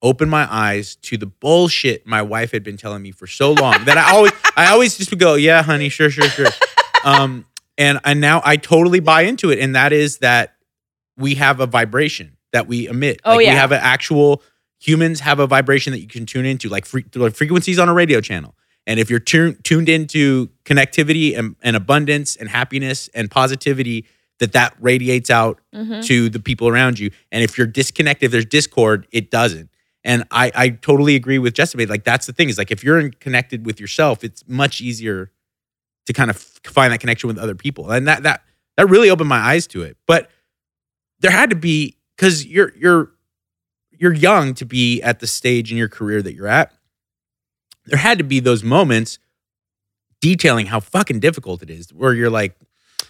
A: open my eyes to the bullshit my wife had been telling me for so long that I always I always just would go, yeah, honey, sure, sure, sure. Um, and I now I totally buy into it, and that is that we have a vibration that we emit.
C: Oh,
A: like
C: yeah.
A: we have an actual humans have a vibration that you can tune into, like fre- like frequencies on a radio channel. And if you're tu- tuned into connectivity and, and abundance and happiness and positivity, that that radiates out
C: Mhm.
A: to the people around you. And if you're disconnected, if there's discord, it doesn't. And I, I totally agree with Jessica. Like that's the thing is like if you're in- connected with yourself, it's much easier to kind of f- find that connection with other people. And that that that really opened my eyes to it. But there had to be because you're you're you're young to be at the stage in your career that you're at. There had to be those moments detailing how fucking difficult it is, where you're like, "Is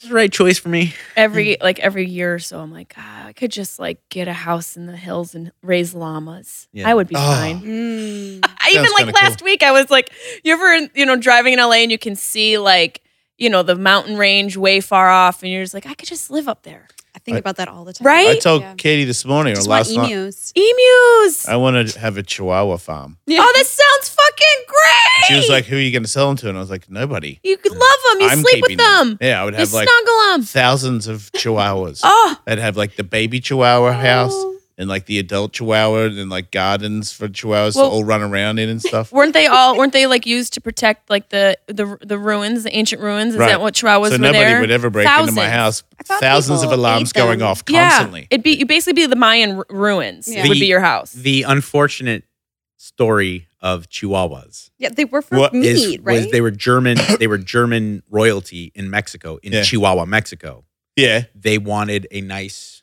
A: this the right choice for me?"
C: Every
B: Mm.
C: like every year or so, I'm like, God, I could just like get a house in the hills and raise llamas.
A: Yeah.
C: I would be
B: Oh.
C: fine.
D: Mm.
C: I even
B: Sounds
C: like
B: kinda
C: last week I was like, you ever in- you know driving in LA and you can see like you know the mountain range way far off, and you're just like, I could just live up there.
D: I think
B: I-
D: about that all the time.
C: Right?
B: I told
D: Yeah.
B: Katie this morning or
D: Just want
B: last night.
D: emus.
C: Emus.
B: I want to have a Chihuahua farm.
D: Yeah.
C: <laughs> Oh, this sounds fucking great.
B: She was like, "Who are you going to sell them to?" And I was like, "Nobody."
C: you could love them. You
B: I'm
C: sleep with
B: keeping them.
C: them.
B: Yeah, I would
C: you
B: have like
C: snuggle them.
B: thousands of Chihuahuas.
C: Oh,
D: Oh.
B: I'd have like the baby Chihuahua house. and like the adult chihuahua and then, like gardens for chihuahuas
C: Well-
B: to all run around in and
C: <laughs>
B: stuff.
C: Weren't they all? Weren't they like used to protect like the the the ruins, the ancient ruins? Is
B: Right.
C: that what Chihuahuas
B: so
C: were
B: nobody
C: there?
B: would ever break into my
C: Thousands.
B: house.
D: I thought
B: Thousands of
D: people
B: alarms
D: ate them.
B: going off
C: Yeah,
B: constantly.
C: it'd be you basically be the Mayan ru- ruins
D: Yeah.
C: would
A: The-
C: be your house.
A: The unfortunate story of Chihuahuas
D: Yeah, they were for
B: What
D: meat,
A: is
D: right?
A: was they were German.
C: <coughs>
A: they were German royalty in Mexico, in
B: Yeah.
A: Chihuahua, Mexico.
B: yeah.
A: They wanted a nice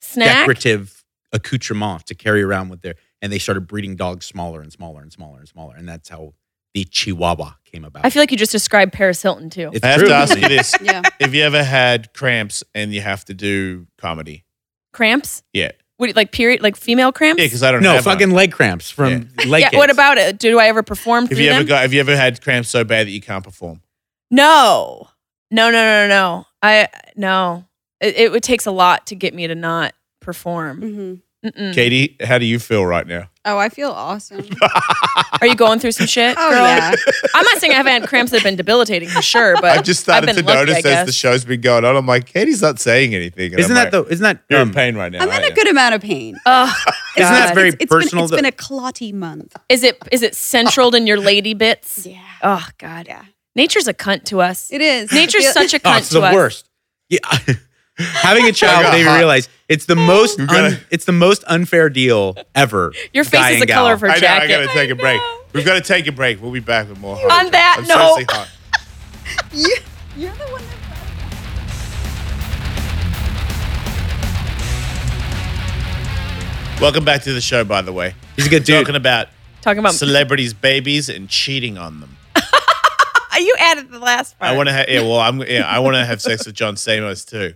C: Snack.
A: decorative accoutrement to carry around with their, and they started breeding dogs smaller and smaller and smaller and smaller, and that's how the Chihuahua came about.
C: I feel like you just described Paris Hilton too.
A: it's
B: I have
A: true.
B: to ask
A: <laughs>
B: you this.
D: yeah.
B: Have you ever had cramps and you have to do comedy?
C: cramps.
B: Yeah.
C: What, like period, like female cramps.
B: Yeah, because I don't
A: no
B: have one.
A: fucking leg cramps from leg.
C: yeah.
A: kicks.
C: What about it? Do I ever perform
B: Have
C: through
B: you
C: them?
B: ever got? Have you ever had cramps so bad that you can't perform?
C: no, no, no, no, no. I no. It, it would takes a lot to get me to not perform.
D: hmm
C: Mm-mm.
B: Katie, how do you feel right now?
D: Oh, I feel awesome.
C: Are you going through some shit?
D: <laughs> Oh
C: girl?
D: yeah.
C: I'm not saying I haven't had cramps that have been debilitating for sure,
B: <laughs>
C: but
B: I've just started
C: I've
B: to
C: been lucky,
B: notice
C: I
B: as
C: guess.
B: the show's been going on. I'm like, Katie's not saying anything. and
A: Isn't
B: I'm
A: that
B: like,
A: though? Isn't that
B: You're
A: um,
B: in pain right now.
D: I'm in
B: aren't
D: a
B: you?
D: good amount of pain.
C: Ugh,
A: Isn't that
C: God.
A: very
D: It's- it's
A: personal?
D: Been, it's been
A: though?
D: a clotty month.
C: is it is it centraled in your lady bits?
D: <laughs> Yeah.
C: Oh God,
D: Yeah.
C: nature's a cunt to us.
D: It is.
C: Nature's
D: It feel-
C: such a
A: Oh,
C: cunt
A: it's
C: to
A: the
C: us. Uh-huh.
A: worst. Yeah. <laughs>
C: <laughs>
A: Having a
B: I
A: child
B: got
A: made me
B: hot.
A: realize it's the most
B: You gotta-
A: un- it's the most unfair deal ever.
C: <laughs> Your face
A: Guy
C: is
A: and
C: the
A: gal.
C: color of her
B: I know. I
C: jacket.
B: gotta take a break.
C: know.
B: We've got to take a break. We'll be back with more.
C: On that
B: I'm
C: note-
B: seriously hot.
D: You, <laughs> you're the one that.
B: Welcome back to the show. By the way,
A: He's a good dude.
B: talking about
C: Talking about
B: celebrities' babies and cheating on them.
C: <laughs> you added the last part.
B: I want to. Ha- yeah, well, I'm. Yeah, I want to have sex with John Samos too.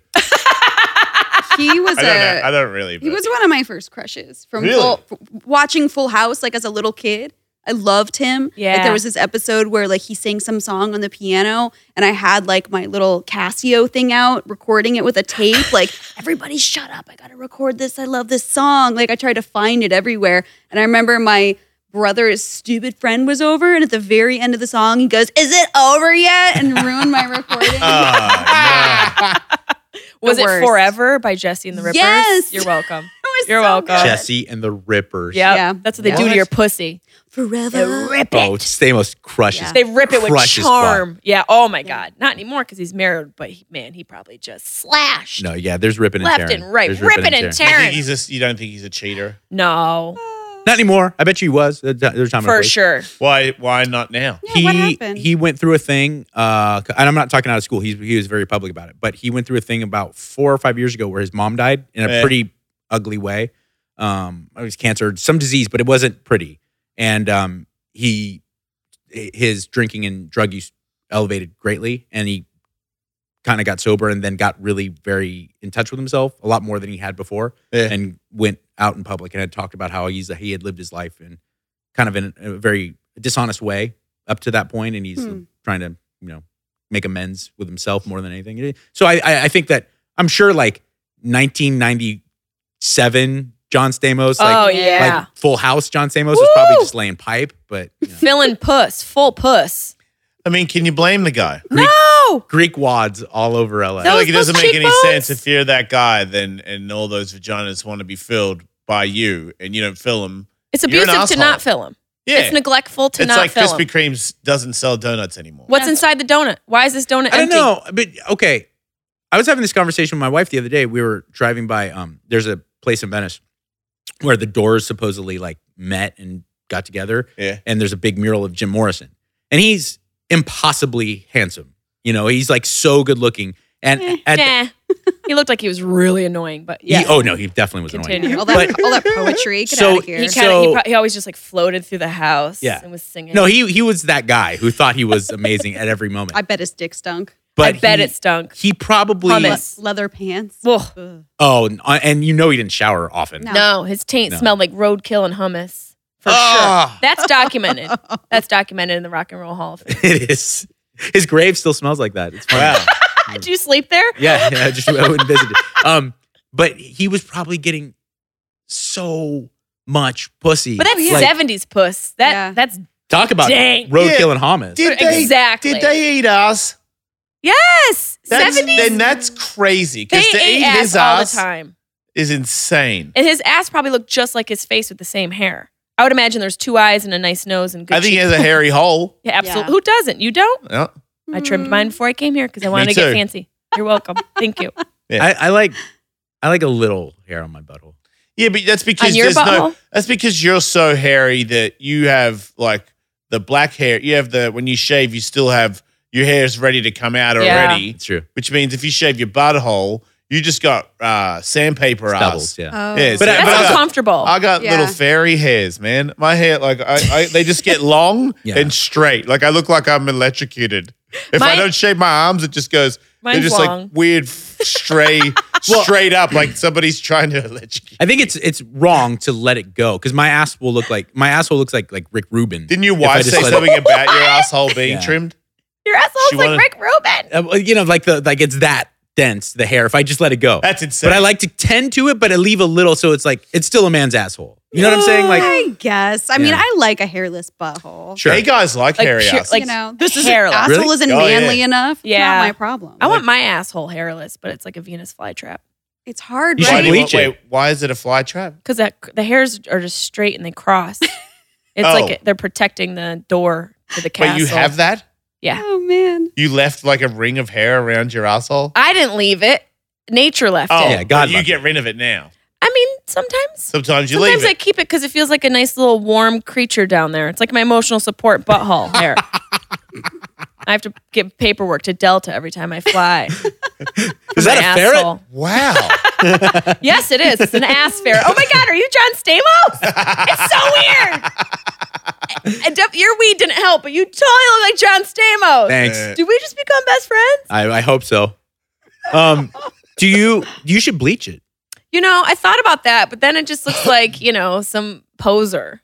D: He was
B: I don't know.
D: a.
B: I don't really.
D: He
B: but-
D: was one of my first crushes from
B: Really?
D: full, f- watching Full House like as a little kid. I loved him. Like,
C: Yeah.
D: there was this episode where like he sang some song on the piano and I had like my little Casio thing out recording it with a tape like everybody shut up. I got to record this. I love this song. Like I tried to find it everywhere and I remember my brother's stupid friend was over and at the very end of the song he goes, "Is it over yet?" and ruined
B: <laughs>
D: my recording.
B: Ah, no.
C: was
D: the
C: it
D: worst.
C: forever by Jesse and the Rippers?
D: Yes.
C: You're <laughs> welcome.
D: It was
C: You're
D: so
C: welcome.
D: bad.
A: Jesse and the Rippers.
C: Yep.
D: Yeah.
C: That's what they do
B: What?
C: to your pussy.
D: <laughs> Forever.
A: Oh, Stamos crushes.
D: Yeah.
C: They rip it with
A: Crushes
C: charm. Yeah. Oh my
D: Yeah.
C: God. Not anymore because he's married, but he, man, he probably just slashed
A: No, yeah, there's ripping and
C: left
A: tearing.
C: and right.
A: There's
C: ripping and
B: You think
C: tearing.
B: he's just. You don't think he's a cheater?
C: No,
A: Not anymore. I bet you he was. There's a time and a
C: for
A: place.
C: sure.
B: Why? Why not now?
D: Yeah,
A: he
D: what happened?
A: he went through a thing, uh, and I'm not talking out of school. He's he was very public about it, but he went through a thing about four or five years ago where his mom died in a
B: Yeah.
A: pretty ugly way. Um, it was cancer, some disease, but it wasn't pretty. And um, he his drinking and drug use elevated greatly, and he kind of got sober and then got really very in touch with himself a lot more than he had before
B: Yeah.
A: and went out in public and had talked about how he's he had lived his life in kind of in a very dishonest way up to that point and he's
D: Hmm.
A: trying to you know make amends with himself more than anything so i i, I think that i'm sure like 1997 john stamos
C: oh,
A: like,
C: yeah.
A: like full house john stamos was probably
C: Woo!
A: just laying pipe but you know,
C: Filling puss, full puss.
B: I mean, can you blame the guy?
C: No.
A: greek wads all over la
B: I feel
C: Those-
B: like it doesn't
C: those
B: make any
C: cheekbones.
B: sense if you're that guy, then and all those vaginas want to be filled by you, and you don't fill them.
C: It's
B: You're an
C: abusive to
B: asshole.
C: not fill him.
B: Yeah,
C: It's neglectful to
B: It's
C: not
B: like
C: fill
B: Krispy
C: him.
B: Kreme's doesn't sell donuts anymore.
C: What's
D: Yeah.
C: inside the donut? Why is this donut
A: I don't
C: empty?
A: know, but okay. I was having this conversation with my wife the other day. We were driving by. Um, there's a place in Venice where the Doors supposedly like met and got together,
B: Yeah,
A: and there's a big mural of Jim Morrison, and he's impossibly handsome. You know, he's like so good looking, and at the-
C: Eh, Nah. <laughs> he looked like he was really annoying, but
A: he,
C: yeah.
A: oh no, he definitely was annoying.
C: Continue.
D: all that,
B: <laughs>
D: all that poetry. Get
A: So
D: out of here.
C: He
A: So-
C: kind of he, pro- he always just like floated through the house
A: Yeah.
C: and was singing.
A: No, he he was that guy who thought he was amazing at every
C: <laughs>
A: moment.
D: I bet his dick stunk.
A: but
C: I bet
A: he,
C: it stunk.
A: he probably
D: Le-
C: Hummus. Yes.
D: leather pants.
C: Ugh.
D: Ugh.
A: oh, and- and you know he didn't shower often.
D: No.
C: No, his taint
A: No.
C: smelled like roadkill and hummus. For
A: Ah.
C: sure. That's
D: <laughs>
C: documented. That's documented in the Rock and Roll Hall
A: <laughs>
C: of Fame.
A: <laughs> it is. His grave still smells like that. It's funny.
B: wow.
C: Did you sleep there?
A: Yeah, <laughs> yeah, I just I wouldn't visit it. Um, but he was probably getting so much pussy.
C: But that's
D: yeah.
A: Like,
C: 70s puss. That
D: Yeah.
C: that's
A: talk about
C: Dang.
A: roadkill and hummus.
B: <laughs> did they?
C: exactly.
B: Did they eat us?
C: Yes.
B: That's,
C: 70s.
B: then that's crazy.
C: They
B: Because to
C: ate
B: eat
C: ass
B: his
C: all
B: ass
C: the time.
B: is insane.
C: And his ass probably looked just like his face with the same hair. I would imagine there's two eyes and a nice nose and good.
B: I think he
C: cheek-
B: has a
C: <laughs>
B: hairy hole.
C: yeah, absolutely.
D: Yeah.
C: Who doesn't? You don't?
B: Yeah.
C: I trimmed mine
D: Mm.
C: before I came here because I wanted to
B: too.
C: get fancy. You're welcome.
B: <laughs>
C: Thank you.
B: Yeah.
A: I, I like I like a little hair on my butthole.
B: Yeah, but that's because
C: On your
B: there's no.
C: butthole?
B: That's because you're so hairy that you have like the black hair. You have the when you shave, you still have your hair's ready to come out
C: Yeah.
B: already.
A: It's true.
B: Which means if you shave your butthole, you just got uh, sandpaper
A: It's
B: ass.
A: doubles, yeah.
B: Yeah, uh,
D: Oh.
B: it's-
A: But I-
C: That's
A: but I-
C: uncomfortable.
B: I got
D: Yeah.
B: little fairy hairs, man. My hair, like I, I they
A: <laughs>
B: just get long
A: Yeah.
B: and straight. Like I look like I'm electrocuted. If I
C: Mine-
B: don't shave my arms, it just goes. they're
C: Mine's
B: just
C: long.
B: like weird, f- stray,
A: <laughs>
B: straight up. Like somebody's trying to electrocute.
A: I think it's it's wrong to let it go because my ass will look like my asshole looks like like Rick Rubin.
B: Didn't your
A: if I
B: wife
A: just
B: say
A: let it- <laughs>
B: something about your asshole being
A: Yeah.
B: trimmed?
C: Your asshole's
B: She
C: like
B: wanted-
C: Rick Rubin.
A: Uh, well, you know, like the like it's that dense the hair. If I just let it go,
B: That's insane.
A: but I like to tend to it, but I leave a little so it's like it's still a man's asshole. You know what I'm saying? Like
D: I guess. I mean,
A: Yeah.
D: I like a hairless butthole.
A: sure,
B: Hey guys like,
C: Like
B: hairy
C: pure-
B: ass.
C: like-
D: you know,
C: this
D: the
C: is
D: hair-
C: hairless.
D: asshole
A: Really?
D: isn't
B: Oh, yeah.
D: manly enough. It's
C: Yeah.
D: not my problem.
C: I want my asshole hairless, but it's like a Venus flytrap
D: it's hard,
A: You should
B: why,
D: right?
B: do
A: bleach
B: wait,
A: it.
B: why is it a fly trap?
C: because that the hairs are just straight and
B: <laughs>
C: they cross. It's
B: Oh.
C: like they're protecting the door to the castle.
B: But you have that?
C: Yeah.
D: Oh man.
B: You left like a ring of hair around your asshole?
C: I didn't leave it. Nature left
B: oh,
C: it.
A: Yeah, God
B: but you
A: love
B: get rid of it now.
C: I mean, sometimes.
B: Sometimes you
C: Sometimes I
B: leave it.
C: keep it because it feels like a nice little warm creature down there. It's like my emotional support
B: <laughs>
C: butthole hair. I have to give paperwork to Delta every time
B: <laughs>
C: I fly.
A: is that
C: My
A: a ferret?
C: asshole.
B: wow.
C: Yes, it is. It's an ass ferret. Oh my God, are you John Stamos? It's so
A: <laughs>
C: weird. I def- your weed didn't help, but you totally look like John Stamos.
A: Thanks.
B: Uh,
C: Did we just become best friends?
A: I, I hope so. Um, do you you should bleach it?
C: You know, I thought about that, but then it just looks like, you know, some poser.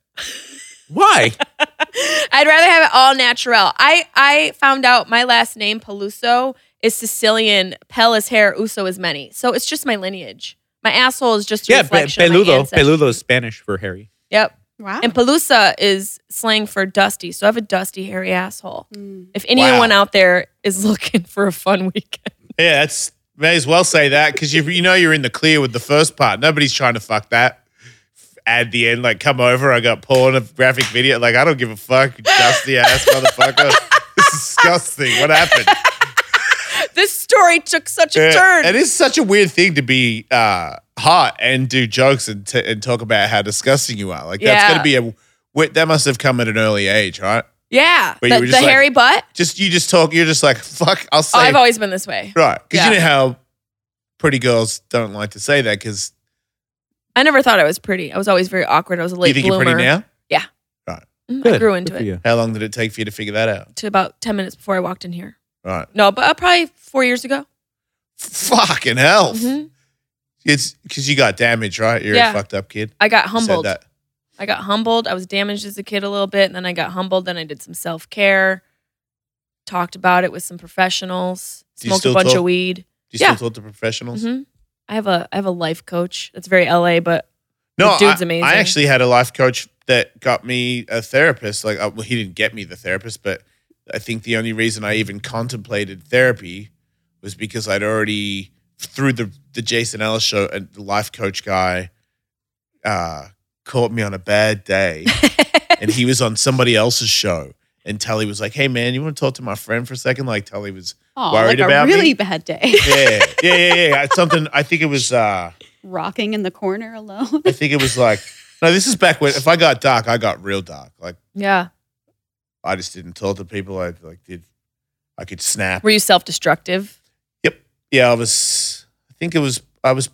A: Why?
C: I'd rather have it all natural. I I found out my last name Peluso is Sicilian. Pel is hair, Uso is many. So it's just my lineage. My asshole is <laughs> just a
A: yeah, pe-
C: reflection. of my
A: peludo.
C: ancestry.
A: Peludo is Spanish for hairy.
C: Yep.
D: Wow.
C: And Pelusa is slang for dusty. So I have a dusty, hairy asshole.
D: Mm.
C: If anyone
B: Wow.
C: out there is <laughs> looking for a fun weekend, <laughs>
B: yeah, that's may as well say that because you you know you're in the clear with the first part. Nobody's trying to fuck that. At the end, like come over, I got pornographic video. Like I don't give a fuck, dusty ass motherfucker. <laughs> this is disgusting. What
C: <laughs>
B: happened?
C: this story took such a
B: Yeah,
C: turn.
B: It is such a weird thing to be uh, hot and do jokes and, t- and talk about how disgusting you are. Like that's
C: Yeah.
B: going to be a wait, that must have come at an early age, right?
C: yeah.
B: But
C: The,
B: you were
C: the
B: just like-
C: hairy butt.
B: Just you just talk. You're just like <laughs> fuck. I'll
C: Oh,
B: say
C: I've always been this way.
B: right because
C: Yeah.
B: you know how pretty girls don't like to say that because
C: I never thought I was pretty. I was always very awkward. I was a late
B: you think
C: bloomer.
B: you're pretty now.
C: Mm, I
A: Good.
C: grew into
A: Good for
C: it
A: you.
B: How long did it take for you to figure that out?
C: to about 10 minutes before I walked in here.
B: Right.
C: No, but uh, probably four years ago.
B: Fucking hell.
C: Mhm.
B: It's because you got damage, right? You're
C: Yeah.
B: a fucked up kid.
C: I got
B: You said
C: humbled.
B: that.
C: I got humbled. I was damaged as a kid a little bit, and then I got humbled. Then I did some self care, talked about it with some professionals,
B: Do you
C: smoked a
B: still
C: bunch
B: talk-
C: of weed.
B: Do you
C: Yeah.
B: still talk to professionals?
C: hmm I have a I have a life coach. That's very LA, but The dude's
B: I,
C: amazing.
B: I actually had a life coach that got me a therapist. Like, uh, well, he didn't get me the therapist, but I think the only reason I even contemplated therapy was because I'd already through the the Jason Ellis show and the life coach guy uh, caught me on a bad day, and he was on somebody else's show. And Tully was like, "Hey man, you want to talk to my friend for a second? Like Tully was,
D: Oh,
B: Worried
D: like a
B: about me?
D: really bad day. <laughs>
B: yeah, yeah, yeah, yeah. I- Something. I think it was. uh
D: Rocking in the corner alone. <laughs>
B: I think it was like. No, this is back when if I got dark, I got real dark. Like
C: yeah.
B: I just didn't talk to people. I like did. I could snap.
C: Were you self destructive?
B: Yeah, I was. I think it was. I was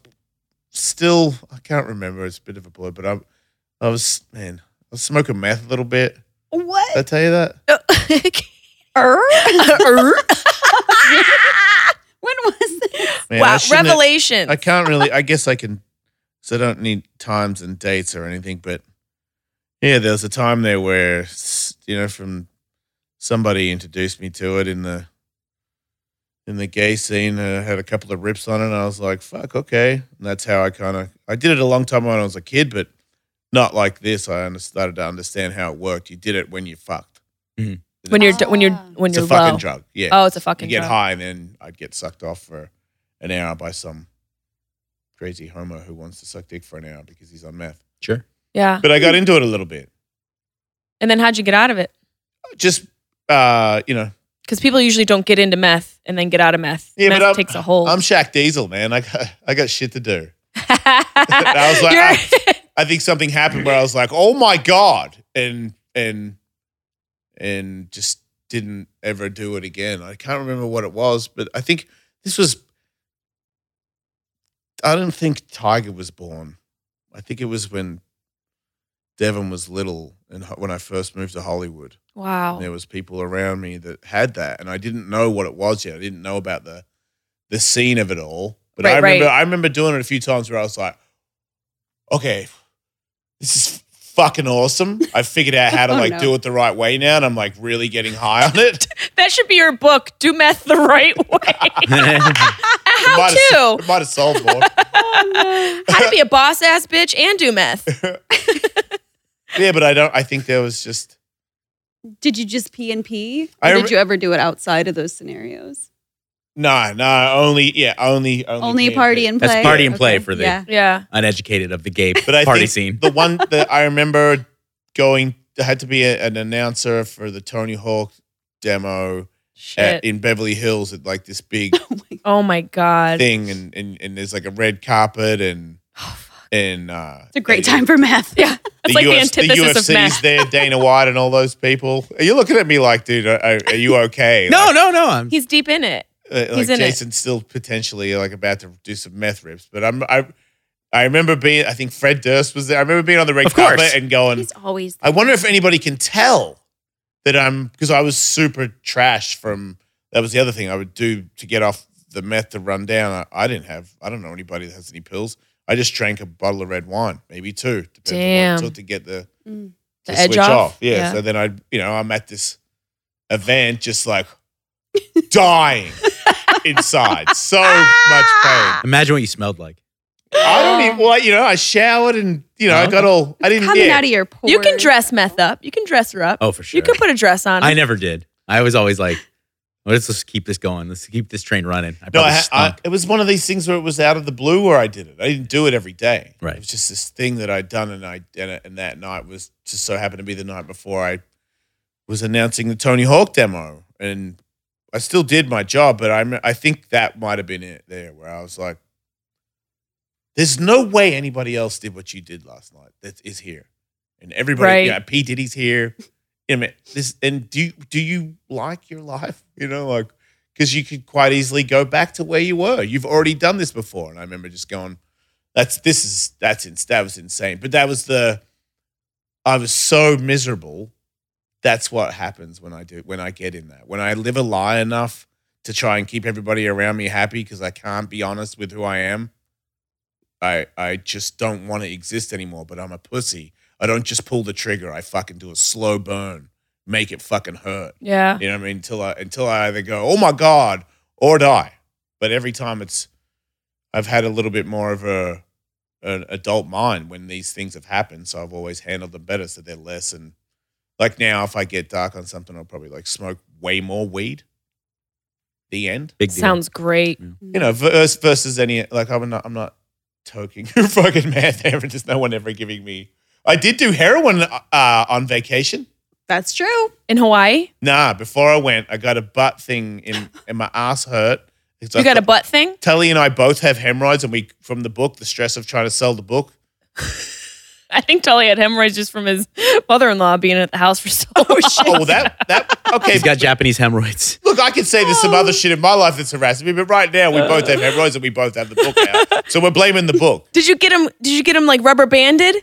B: still. I can't remember. It's a bit of a blur, but I. I was man. I was smoking meth a little bit. Did
D: What?
B: I tell you that?
C: <laughs>
D: Er?
B: <laughs>
C: wow!
D: <laughs> when was this?
B: Man, I shouldn't have-
C: Revelation.
B: I can't really. I guess I can. So I don't need times and dates or anything. But yeah, there was a time there where s- you know, from somebody introduced me to it in the in the gay scene. uh, had a couple of rips on it, and I was like, "Fuck, okay." And that's how I kind of. I did it a long time when I was a kid, but not like this. I under- started to understand how it worked. You did it when you fucked.
A: Mhm.
C: when you're d- when you're
D: Ah.
C: when
B: it's a
C: you're
B: fucking
C: low.
B: drug. Yeah
C: Oh, it's a
B: i
C: fucking
B: get
C: drug.
B: high and then I'd get sucked off for an hour by some crazy homo who wants to suck dick for an hour because he's on meth.
A: Sure.
C: Yeah.
B: But I got into it a little bit.
C: And then how'd you get out of it?
B: Just, uh, you know,
C: Because people usually don't get into meth and then get out of meth.
B: Yeah, but
C: meth
B: I'm-
C: takes a hold.
B: I'm
C: <laughs>
B: Shaq Diesel, man. I got, I got shit to do. <laughs> I was like,
C: You're-
B: I think something happened where I was like, "Oh my god," and and and just didn't ever do it again. I can't remember what it was, but I think this was. I don't think Tiger was born. I think it was when Devon was little and ho- when I first moved to Hollywood.
C: <laughs>
D: Oh.
C: wow.
B: There was people around me that had that, and I didn't know what it was yet. I didn't know about the the scene of it all. But I
C: Right,
B: remember
C: right.
B: I remember doing it a few times where I was like, okay, this is fucking awesome. I figured out
D: <laughs>
B: how to
D: Oh,
B: like
D: no.
B: do it the right way now, and I'm like really getting high on it. <laughs>
C: That should be your book. Do meth the right way. <laughs> How
B: might
C: to?
B: Have, it might have solved
D: <laughs>
B: more.
C: How to be a boss ass bitch and
B: <laughs>
C: do meth.
B: yeah, but I don't. I think there was just
D: Did you just pee and pee? Or
B: I rem-
D: did you ever do it outside of those scenarios?
B: no, no. Only yeah, only only,
D: Only
B: being
D: party
B: big.
D: and play.
A: That's party and play
D: Okay,
A: for the-
D: yeah. <laughs>
C: Yeah.
A: <laughs> Uneducated of the gay
B: But I
A: party
B: think
A: scene.
B: the one that I remember going I had to be a- an announcer for the Tony Hawk demo
C: Shit.
B: at, in Beverly Hills at like this big
C: <laughs> oh my god.
B: thing, and, and and there's like a red carpet and
C: Oh, fuck.
B: and uh,
D: It's a great
B: the-
D: time for math.
C: Yeah. It's like the antithesis of
B: UFC's
C: meth.
B: there, Dana White and all those people. Are you looking at me like, dude? Are, are
C: <laughs>
B: you okay?
A: no, no, no. I'm,
C: He's deep in it.
B: like, uh, like
C: He's in it.
B: Jason's still potentially like about to do some meth rips, but I'm I. I remember being. I think Fred Durst was there. I remember being on the red
A: Of course.
B: carpet and going,
D: He's always
B: I wonder if anybody can tell that I'm because I was super trash from that was the other thing I would do to get off the meth to run down. I, I didn't have I don't know anybody that has any pills. I just drank a bottle of red wine, maybe two, depends on
C: Damn.
B: what it took to get the,
D: Mm.
B: to
C: The edge
B: switch
C: off?
B: off. Yeah,
C: Yeah.
B: So then I you know, I'm at this event just like
C: <laughs>
B: dying inside. So much pain.
A: imagine what you smelled like.
B: I don't
C: Ah.
B: even well, you know, I showered and you know, I got all I didn't
D: coming
B: yeah.
D: out of your pores.
C: You can dress meth up. You can dress her up.
A: Oh, for sure.
C: You could put a dress on.
A: I never did. I was always like, let's just keep this going. Let's keep this train running. I
B: No,
A: probably
B: I, I,
A: stunk.
B: it was one of these things where it was out of the blue where I did it. I didn't do it every day.
A: Right.
B: It was just this thing that I'd done, and I and, and that night was just so happened to be the night before I was announcing the Tony Hawk demo, and I still did my job, but I I think that might have been it there where I was like, "There's no way anybody else did what you did last night. That is here, and everybody,
C: Right.
B: yeah, P Diddy's here. I mean, this and do you- do you like your life? <laughs> You know, like because you could quite easily go back to where you were. You've already done this before, and I remember just going, "That's this is that's ins- that was insane." But that was the I was so miserable. That's what happens when I do when I get in that when I live a lie enough to try and keep everybody around me happy because I can't be honest with who I am. I I just don't want to exist anymore. But I'm a pussy. I don't just pull the trigger. I fucking do a slow burn, make it fucking hurt.
C: yeah.
B: You know what I mean? Until I until I either go, oh my god, or die. But every time it's, I've had a little bit more of a an adult mind when these things have happened. So I've always handled them better, so they're less. And like now, if I get dark on something, I'll probably like smoke way more weed. The end.
A: Big deal.
C: Sounds great.
B: You know, versus, versus any like I'm not I'm not toking <laughs> fucking mad there, but just no one ever giving me. I did do heroin uh, on vacation.
D: That's true.
C: In Hawaii,
B: Nah, before I went, I got a butt thing in, and my ass hurt. It's
C: you
B: like
C: got a butt thing.
B: Tully and I both have hemorrhoids, and we from the book, the stress of trying to sell the book.
C: I think Tully had hemorrhoids just from his mother-in-law being at the house for <laughs> so long.
B: Oh, well, that that
C: <laughs>
B: okay.
A: He's got Japanese hemorrhoids.
B: Look, I could say there's some
C: Oh.
B: other shit in my life that's harassing me, but right now we both
C: Uh.
B: have hemorrhoids and we both have the book now, so we're blaming the book.
C: Did you get him? Did you get him like rubber banded?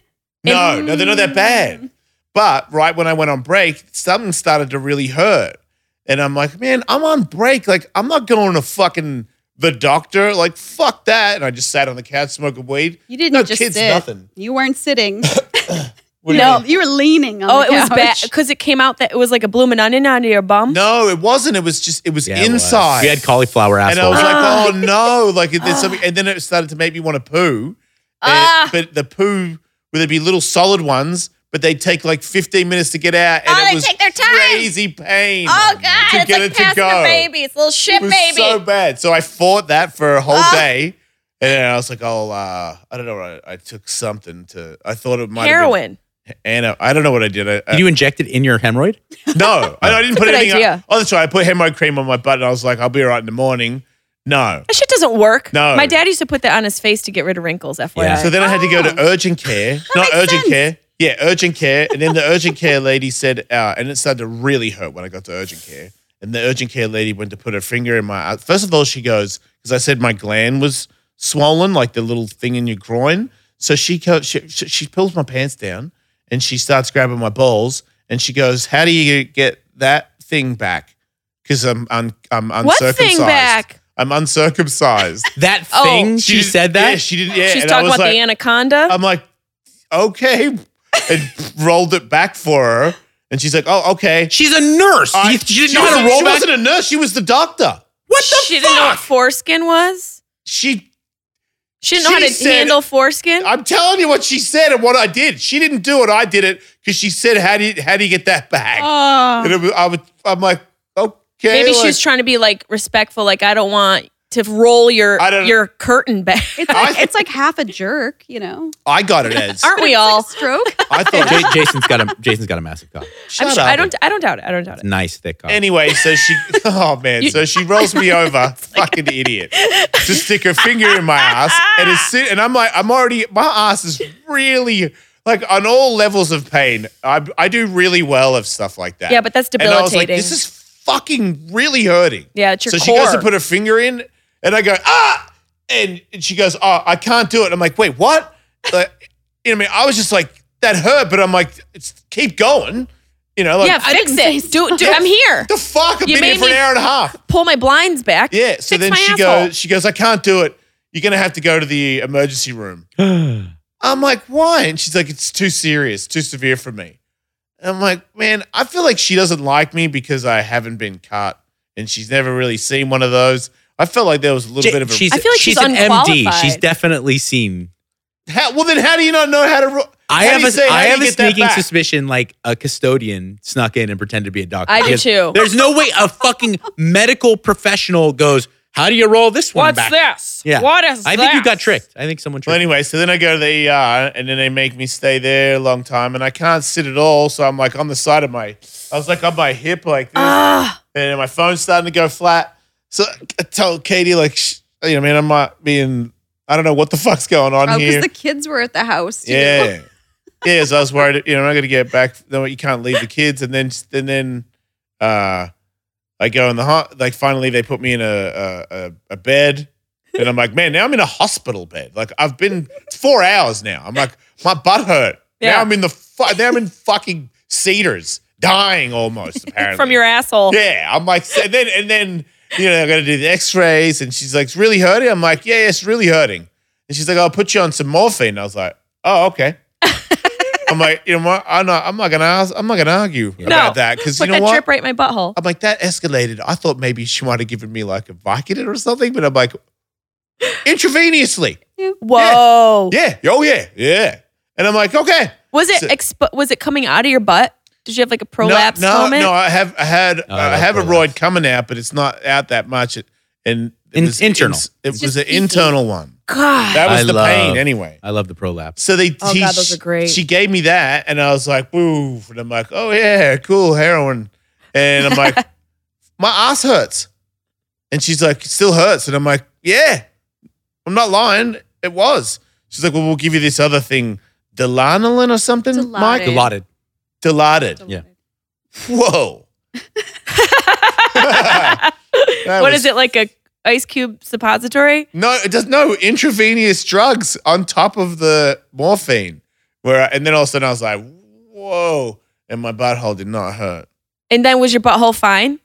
B: No, no, they're not that
C: Mm.
B: bad. But right when I went on break, something started to really hurt. And I'm like, man, I'm on break. Like, I'm not going to fucking the doctor. Like, fuck that. And I just sat on the couch smoking weed.
D: You didn't
B: No,
D: just
B: kids,
D: sit.
B: nothing.
D: You weren't sitting.
B: What do you
D: no,
B: mean?
D: you were leaning on
C: Oh,
D: the
C: it was bad
D: couch.
C: <laughs> because it came out that it was like a blooming onion out of your bum.
B: No, it wasn't. It was just, it was
A: Yeah, it was.
B: inside.
A: We had cauliflower
B: And I
A: assholes.
B: was like, oh
C: <laughs>
B: no, like it- there's something. And then it started to make me want to poo. And-
C: Ah.
B: But the poo, where there'd be little solid ones, but they'd take like 15 minutes to get out. And
C: Oh,
B: it
C: they
B: was
C: take their time.
B: crazy pain.
C: Oh god,
B: to
C: it's
B: get
C: like
B: it to
C: passing
B: go.
C: a baby. Ah. It's a little shit
B: It was
C: baby.
B: so bad. So I fought that for a whole day. And then I was like, oh, uh, I don't know. I, I took something to. I thought it might Have
C: Heroin.
B: been, and I don't know what I did. I, I,
A: Did you inject it in your hemorrhoid?
B: no, I, I didn't put
C: good
B: anything.
C: idea.
B: Oh, that's right. I put hemorrhoid cream on my butt, and I was like, I'll be all right in the morning. No.
C: That shit doesn't work.
B: No.
C: My dad used to put that on his face to get rid of wrinkles, FYI.
A: Yeah.
B: So then I had to go to
C: Oh.
B: urgent care. Not
D: makes
B: urgent
D: sense.
B: care. Yeah, urgent care. And then the urgent care lady said, uh, and it started to really hurt when I got to urgent care. And the urgent care lady went to put her finger in my. uh, First of all, she goes because I said my gland was swollen, like the little thing in your groin. So she co- she, she she pulls my pants down and she starts grabbing my balls and she goes, "How do you get that thing back?" Because I'm un, I'm
C: What
B: uncircumcised.
C: thing back?
A: <laughs>
B: I'm uncircumcised.
A: That
C: Oh.
A: thing she,
B: did-
A: said
B: Yeah,
A: that.
B: she did. Yeah,
C: She's
B: and I
C: talking
B: was
C: about
B: like,
C: the anaconda.
B: I'm like, okay, and rolled it back for her, and she's like, oh, okay.
A: She's a nurse.
B: I-
A: You- she didn't
B: she
A: know how to
B: wasn't-
A: roll
B: she
A: back.
B: wasn't a nurse. She was the doctor.
A: What the
C: she didn't know what
A: fuck?
C: foreskin was.
B: She,
C: She didn't know
B: She
C: how to
B: said-
C: handle foreskin.
B: I'm telling you what she said and what I did. She didn't do it. I did it because she said, how do you, how do you get that back?
C: Oh.
B: and it was, I was, I'm like, okay.
C: Maybe she
B: like-
C: was trying to be like respectful, like I don't want to roll your
B: I don't-
C: your curtain back.
B: <laughs>
D: It's like, it's like half a jerk, you know.
B: I got it as.
C: Aren't we all?
D: Stroke.
A: <laughs>
B: I thought,
A: Ja- Jason's got a Jason's got a massive cock.
B: shut
C: I'm
B: up.
C: sure, I don't. I don't doubt it. I don't doubt it.
A: Nice thick cock.
B: Anyway, so she, <laughs> oh man, so she rolls me
C: <laughs>
B: over, fucking idiot, to stick her finger in my ass, and it's and I'm like, I'm already, my ass is really like on all levels of pain. I I do really well of stuff like that.
C: Yeah, but that's
B: And I was like,
C: debilitating.
B: this is fucking really hurting.
C: Yeah, it's your
B: so she
C: core.
B: goes to put her finger in, and I go ah, and, and she goes, oh, I can't do it. I'm like, wait, what? Like, you know, what I mean, I was just like that hurt, but I'm like, it's keep going. You know, like
C: yeah, fix
D: didn't
C: it.
D: say
C: Do, do, I'm here.
B: the fuck? I've
C: You
B: been here
C: made
B: for an
C: me-
B: hour and a half.
C: Pull my blinds back.
B: Yeah. So
C: Fix
B: then
C: my
B: she
C: asshole.
B: goes, she goes, I can't do it. You're gonna have to go to the emergency room. I'm like, why? And she's like, it's too serious, too severe for me. And I'm like, man, I feel like she doesn't like me because I haven't been cut and she's never really seen one of those. I felt like there was a little
A: Ja-
B: bit of a
A: she's,
C: I feel like
A: she's
C: she's
A: an MD. She's
C: unqualified.
A: definitely seen.
B: How- well then how do you not know how to ro-
A: I
B: how do
A: have
B: you
A: a
B: say, how
A: I
B: do you
A: have a
B: get that
A: sneaking
B: back?
A: suspicion like a custodian snuck in and pretended to be a doctor.
C: I do
A: Because
C: too.
A: There's no way a fucking medical professional goes. How do you roll this one back?
C: this?
A: Yeah.
C: What is
A: I think you got tricked. I think someone
B: Well,
A: tricked. you.
B: anyway, so then I go to the ER, and then they make me stay there a long time, and I can't sit at all. So I'm like on the side of my, I was like on my hip like this,
D: Ah.
B: and my phone's starting to go flat. So I tell Katie like, Shh, you know, I mean, I might be in, I don't know what the fuck's going on
D: Oh,
B: here.
D: because the kids were at the house. too.
B: yeah, yeah. So I was worried, you know, I'm not gonna get back. No, you can't leave the kids, and then and then, uh, I go in the ho- like finally they put me in a a, a, a bed. And I'm like, man, now I'm in a hospital bed. Like I've been it's four hours now. I'm like, my butt hurt. Now
C: Yeah.
B: I'm in the fu- now I'm in fucking cedars, dying almost apparently
C: <laughs> from your
B: <laughs>
C: asshole.
B: yeah, I'm like, and then and then you know, I got to do the X-rays, and she's like, it's really hurting. I'm like, yeah, it's really hurting. And she's like, I'll put you on some morphine. I was like, oh, okay. I'm like, you know what? I'm not, I'm not gonna, ask, I'm not gonna argue about that because you
C: Put
B: know
C: that
B: what?
C: drip right in my butthole.
B: I'm like, that escalated. I thought maybe she might have given me like a Vicodin or something, but I'm like, intravenously.
C: Whoa.
B: Yeah. Oh yeah. Yeah. And I'm like, okay.
C: Was it
B: So-
C: expo- was it coming out of your butt? Did you have like a prolapse
B: no, no,
C: moment?
B: No, I have I had
A: Oh,
B: I
A: that's
B: have a
A: prolapse.
B: roid coming out, but it's not out that much. It- And it
A: In- internal.
B: ins- It
D: It's
B: was
D: just
B: an
D: easy.
B: internal one.
C: God.
B: That was
A: I
B: the
A: love-
B: pain anyway.
A: I love the prolapse.
B: So they
C: Oh,
B: he-
C: God, those are great.
B: She gave me that, and I was like, "Woo!" And I'm like, "Oh yeah, cool heroin." And I'm
C: <laughs>
B: like, "My ass hurts," and she's like, "It still hurts," and I'm like, "Yeah, I'm not lying. It was." She's like, "Well, we'll give you this other thing, Delanoline or something, Mike."
D: Dilaudid.
A: Allotted.
B: Dilaudid.
A: Yeah.
B: Whoa. <laughs> That
C: what
B: was-
C: is it like a ice cube suppository?
B: No, it does no intravenous drugs on top of the morphine. Where I, and then all of a sudden I was like, whoa, and my butthole did not hurt.
C: And then was your butthole fine?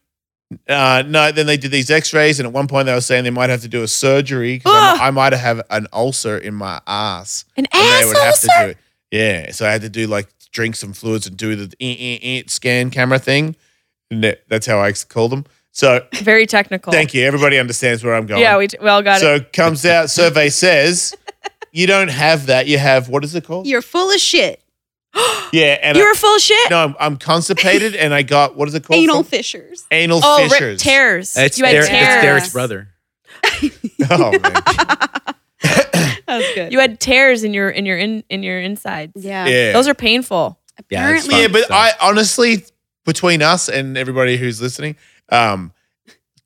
B: Uh, no, then they did these X-rays, and at one point they were saying they might have to do a surgery because
C: Ugh.
B: I, might have an ulcer in my ass,
C: An
B: and they would
C: asshole,
B: have to
C: sir?
B: do it. Yeah, so I had to do like drink some fluids and do the eh, eh, eh scan camera thing. And that- that's how I call them. So
C: Very technical.
B: thank you, everybody understands where I'm going.
C: Yeah, we, we all got
B: so
C: it.
B: it comes out, survey says you don't have that. You have what is it called?
D: You're full of shit.
B: yeah, and
E: uh,
C: You
B: I,
C: were full of shit.
B: no, I'm, I'm constipated, and I got what is it called? From-
D: Anal fissures.
B: anal
C: oh,
B: <laughs>
C: rip
B: fissures.
C: tears.
A: It's,
C: you had
A: Der-
C: tears. <laughs>
A: it's Derek's brother.
B: Oh man.
D: That was good.
C: You had tears in your in your in in your insides.
D: yeah.
B: Yeah.
C: Those are painful.
A: Yeah, it's
D: Apparently,
B: yeah,
A: fun.
B: but
A: So-
B: I honestly, between us and everybody who's listening, um,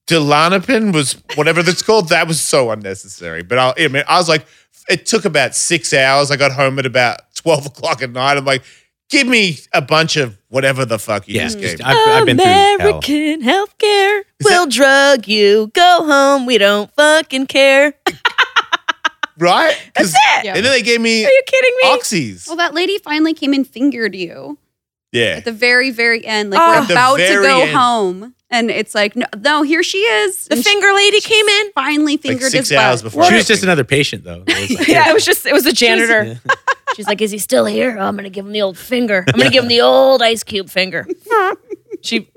B: Dilanopin was whatever that's called. That was so unnecessary. But I, I mean, I was like, it took about six hours. I got home at about twelve o'clock at night. I'm like, give me a bunch of whatever the fuck you
A: Yeah,
B: just gave.
A: just- I've, I've been through hell.
C: American healthcare will drug you. Go home. We don't fucking care.
B: right? 'Cause-
C: That's it.
B: And then they gave me
C: Are you kidding me?
B: oxys.
D: well, that lady finally came and fingered you
B: Yeah.
D: at the very, very end. Like
C: Oh. At
D: we're
B: the
D: about to
B: very
D: go
B: end.
D: home, and it's like, no, no here she is.
C: the
D: And she
C: finger lady came in.
D: finally
B: Like
D: fingered
B: six
D: his butt.
B: hours before.
A: She
B: I
A: was just
B: think.
A: another patient though. It was like-
C: <laughs> Yeah, it was just it was the janitor.
A: <laughs>
E: She's like, is he still here? Oh, I'm going to give him the old finger. I'm going to give him the old ice cube finger.
C: She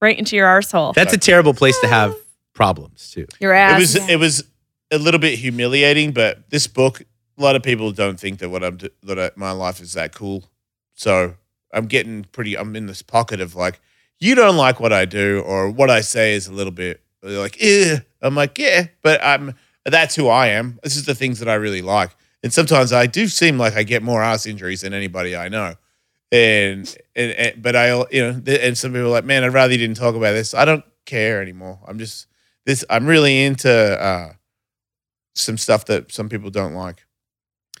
C: right into your arsehole.
A: That's a terrible place to have problems too.
C: your
B: It
C: ass.
B: was it was a little bit humiliating, but this book, a lot of people don't think that what I'm do- that I, my life is that cool. So I'm getting pretty. I'm in this pocket of like, you don't like what I do or what I say is a little bit like, eh. I'm like, yeah, but I'm that's who I am. This is the things that I really like, and sometimes I do seem like I get more ass injuries than anybody I know. And, and, and but I you know th- and some people are like man I'd rather you didn't talk about this I don't care anymore I'm just this I'm really into uh some stuff that some people don't like.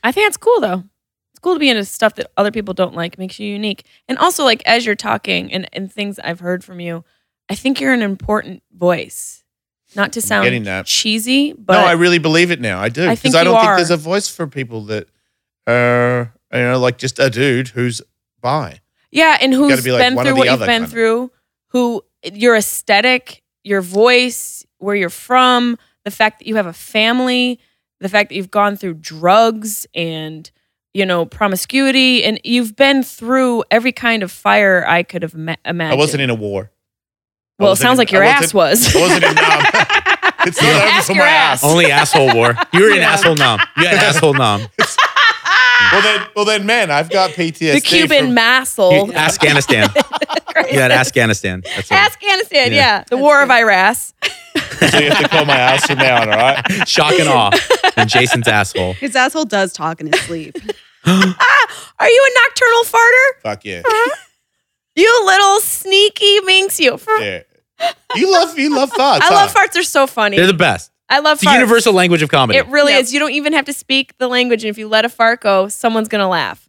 C: I think that's cool though. It's cool to be into stuff that other people don't like. Makes you unique. And also, like as you're talking and and things I've heard from you, I think you're an important voice. Not to sound
B: getting that.
C: cheesy, but
B: no, I really believe it now. I do
C: I
B: because
C: think
B: I, don't
C: you
B: think
C: are.
B: there's a voice for people that uh you know like just a dude who's bi.
C: Yeah, and
B: gotta
C: who's
B: be, like,
C: been
B: one or
C: through
B: the
C: what you've
B: other,
C: been
B: kinda.
C: through, who your aesthetic, your voice, where you're from, the fact that you have a family, the fact that you've gone through drugs and you know promiscuity, and you've been through every kind of fire I could have ma- imagined.
B: I wasn't in a war. I
C: well, it
B: wasn't
C: sounds
B: in-
C: like your
B: I
C: ass
B: wasn't-
C: was.
B: I wasn't in.
C: <laughs>
B: Um, it's not over
C: Ask
B: for
C: your
B: my
C: ass.
B: ass.
A: Only asshole war. You were an asshole nom. You had an asshole nom.
B: Well then, well then, man, I've got
C: <laughs>
B: PTSD.
C: the Cuban
B: from-
C: masshole.
A: You, Afghanistan. You
C: <laughs>
A: had Afghanistan. That's it.
C: Afghanistan,
A: Yeah.
C: yeah. The War of
D: good.
C: Iraq.
B: so you have to call my ass from now on. All
C: <laughs>
B: right.
A: Shock and awe. And Jason's asshole.
D: His asshole does talk in his sleep.
C: Are you a nocturnal farter?
B: Fuck yeah,
C: You little sneaky minx, you.
B: yeah. You love, you love farts.
C: I
B: huh?
C: love farts. They're so funny.
A: They're the best.
C: I love
A: It's the
C: farts.
A: universal language of comedy.
C: It really
D: Yep.
C: is. You don't even have to speak the language, and if you let a fart go, someone's gonna laugh.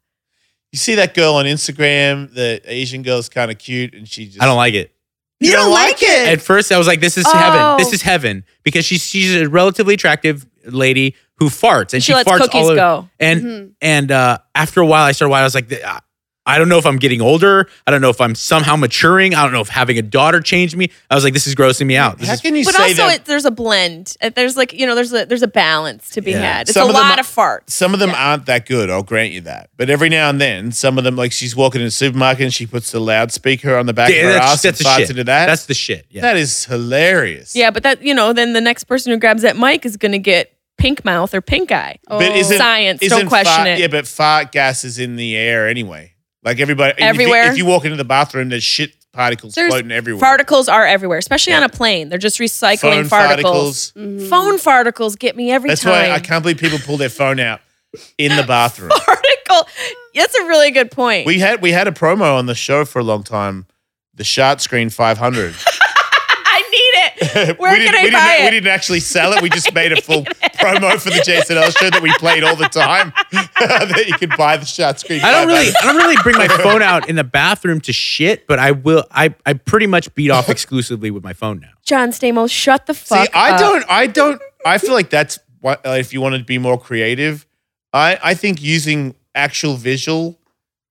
B: You see that girl on Instagram? The Asian girl's kind of cute, and she just
A: I don't like it.
B: You, don't, like it.
A: At first, I was like, "This is
C: Oh.
A: heaven. This is heaven," because she's she's a relatively attractive lady who farts, and
C: She
A: she,
C: lets
A: farts all
C: cookies
A: over.
C: go.
A: And
D: Mhm.
A: and uh, after a while, I started. I was like, "I- I don't know if I'm getting older. I don't know if I'm somehow maturing. I don't know if having a daughter changed me. I was like, this is grossing me out. This
B: How
A: is
B: can you
C: But
B: say
C: also,
B: that?
C: it, there's a blend. Uh, There's like you know, there's a there's a balance to be
A: Yeah.
C: had. It's
B: Some
C: a
B: of them
C: lot
B: are-
C: of farts.
B: some of them aren't that good. I'll grant you that. But every now and then, some of them, like she's walking in the supermarket and she puts the loudspeaker on the back
A: Yeah,
B: of her
A: that's-
B: ass
A: that's
B: and
A: the
B: farts
A: shit.
B: into that.
A: that's the shit. Yeah.
B: That is hilarious.
C: Yeah, but that you know, then the next person who grabs that mic is gonna get pink mouth or pink eye.
B: But
D: Oh.
B: isn't
C: Science,
B: Isn't
C: don't question
B: fart,
C: it.
B: Yeah, but fart gas is in the air anyway. Like everybody, if you- If
C: Everywhere.
B: you, walk into the bathroom, there's shit particles
D: There's
B: floating everywhere.
C: Farticles are everywhere, especially
B: Yeah.
C: on a plane. They're just
B: Phone
C: recycling farticles.
B: particles.
D: Mhm.
C: Phone farticles get me every
B: That's
C: time.
B: why I can't believe people pull their phone out in the
C: <laughs>
B: bathroom.
C: Farticle. That's a really good point.
B: We had we had a promo on the show for a long time. The shot screen 500.
C: I need
A: <laughs>
C: it.
B: Where
C: Where
B: we
C: can
B: didn't, we
C: I
B: didn't,
C: buy
B: We
C: it?
B: didn't actually sell it. We just
C: <laughs>
B: made a full promo for the Jason L show that we played all the time. <laughs> that you could buy the shot screen.
A: I don't
B: by
A: really, I don't really bring
B: <laughs>
A: my phone out in the bathroom to shit, but I will. I, I pretty much beat off exclusively with my phone now.
C: John Stamos, shut the
B: that.
C: fuck
B: See, I
C: up.
B: don't. I don't. I feel like that's what. Like, if you want to be more creative, I I think using actual visual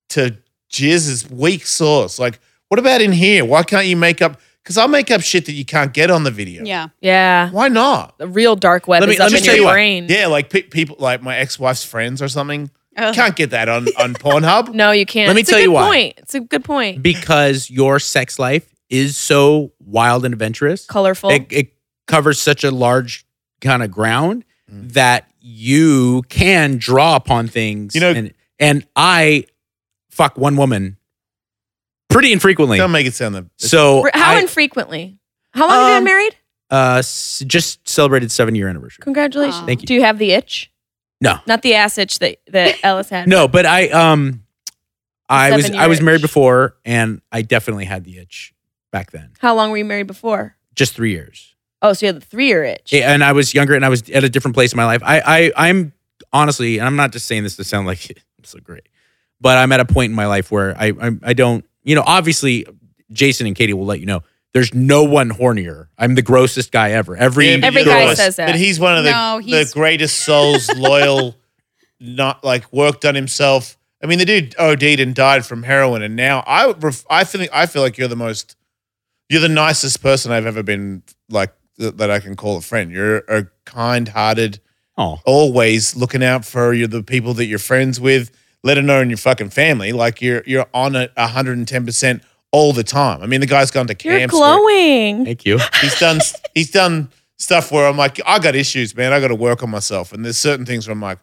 B: to jizz is weak sauce. Like, what about in here? Why can't you make up? Because I'll make up shit that you can't get on the video.
D: Yeah.
C: Yeah.
B: Why not?
C: The real dark web
A: Let me-
C: is up
A: let me
C: in
A: tell
C: your
A: you what.
C: brain.
B: Yeah, like pe- people, like my ex-wife's friends or something.
D: Ugh.
B: Can't get that on on Pornhub.
C: No, you can't.
A: Let me
C: it's
A: tell
C: a good
A: you why.
C: point. It's a good point.
A: because your sex life is so wild and adventurous.
C: Colorful.
A: It, it covers such a large kind of ground
B: Mm.
A: that you can draw upon things.
B: You know-
A: and, and I fuck one woman pretty infrequently.
B: Don't make it sound that.
A: So
C: How
A: I,
C: infrequently? How long have you
A: Um,
C: been married?
A: uh, s- just celebrated seven year anniversary.
C: Congratulations.
D: Thank
A: you.
C: Do you have the itch?
A: No.
C: Not the ass itch that,
A: <laughs>
C: that Ellis had.
A: No, but I um I was
C: Seven-year
A: I was married
C: itch.
A: before and I definitely had the itch back then.
C: How long were you married before?
A: Just 3 years.
C: Oh, so you had the three year itch.
A: Yeah, And I was younger and I was at a different place in my life. I I I'm honestly, and I'm not just saying this to sound like <laughs> I'm so great, but I'm at a point in my life where I I, I don't, you know, obviously Jason and Katie will let you know. There's no one hornier. I'm the grossest guy ever. Every
B: Yeah, but
C: Every
B: you're
C: guy
B: always-
C: says that.
B: But he's one of the,
D: No,
B: the
D: he's-
B: greatest
C: <laughs>
B: souls, loyal, not like worked on himself. I mean, the dude OD'd and died from heroin, and now I ref- I feel I feel like you're the most, you're the nicest person I've ever been like th- that I can call a friend. You're a kind-hearted,
A: oh,
B: always looking out for you the people that you're friends with. Let it know in your fucking family, like you're you're on it 110 percent all the time. I mean, the guy's gone to
C: You're
B: camps. where-
C: glowing.
A: thank you.
B: he's done he's done stuff where I'm like, I got issues, man. I got to work on myself. And there's certain things where I'm like,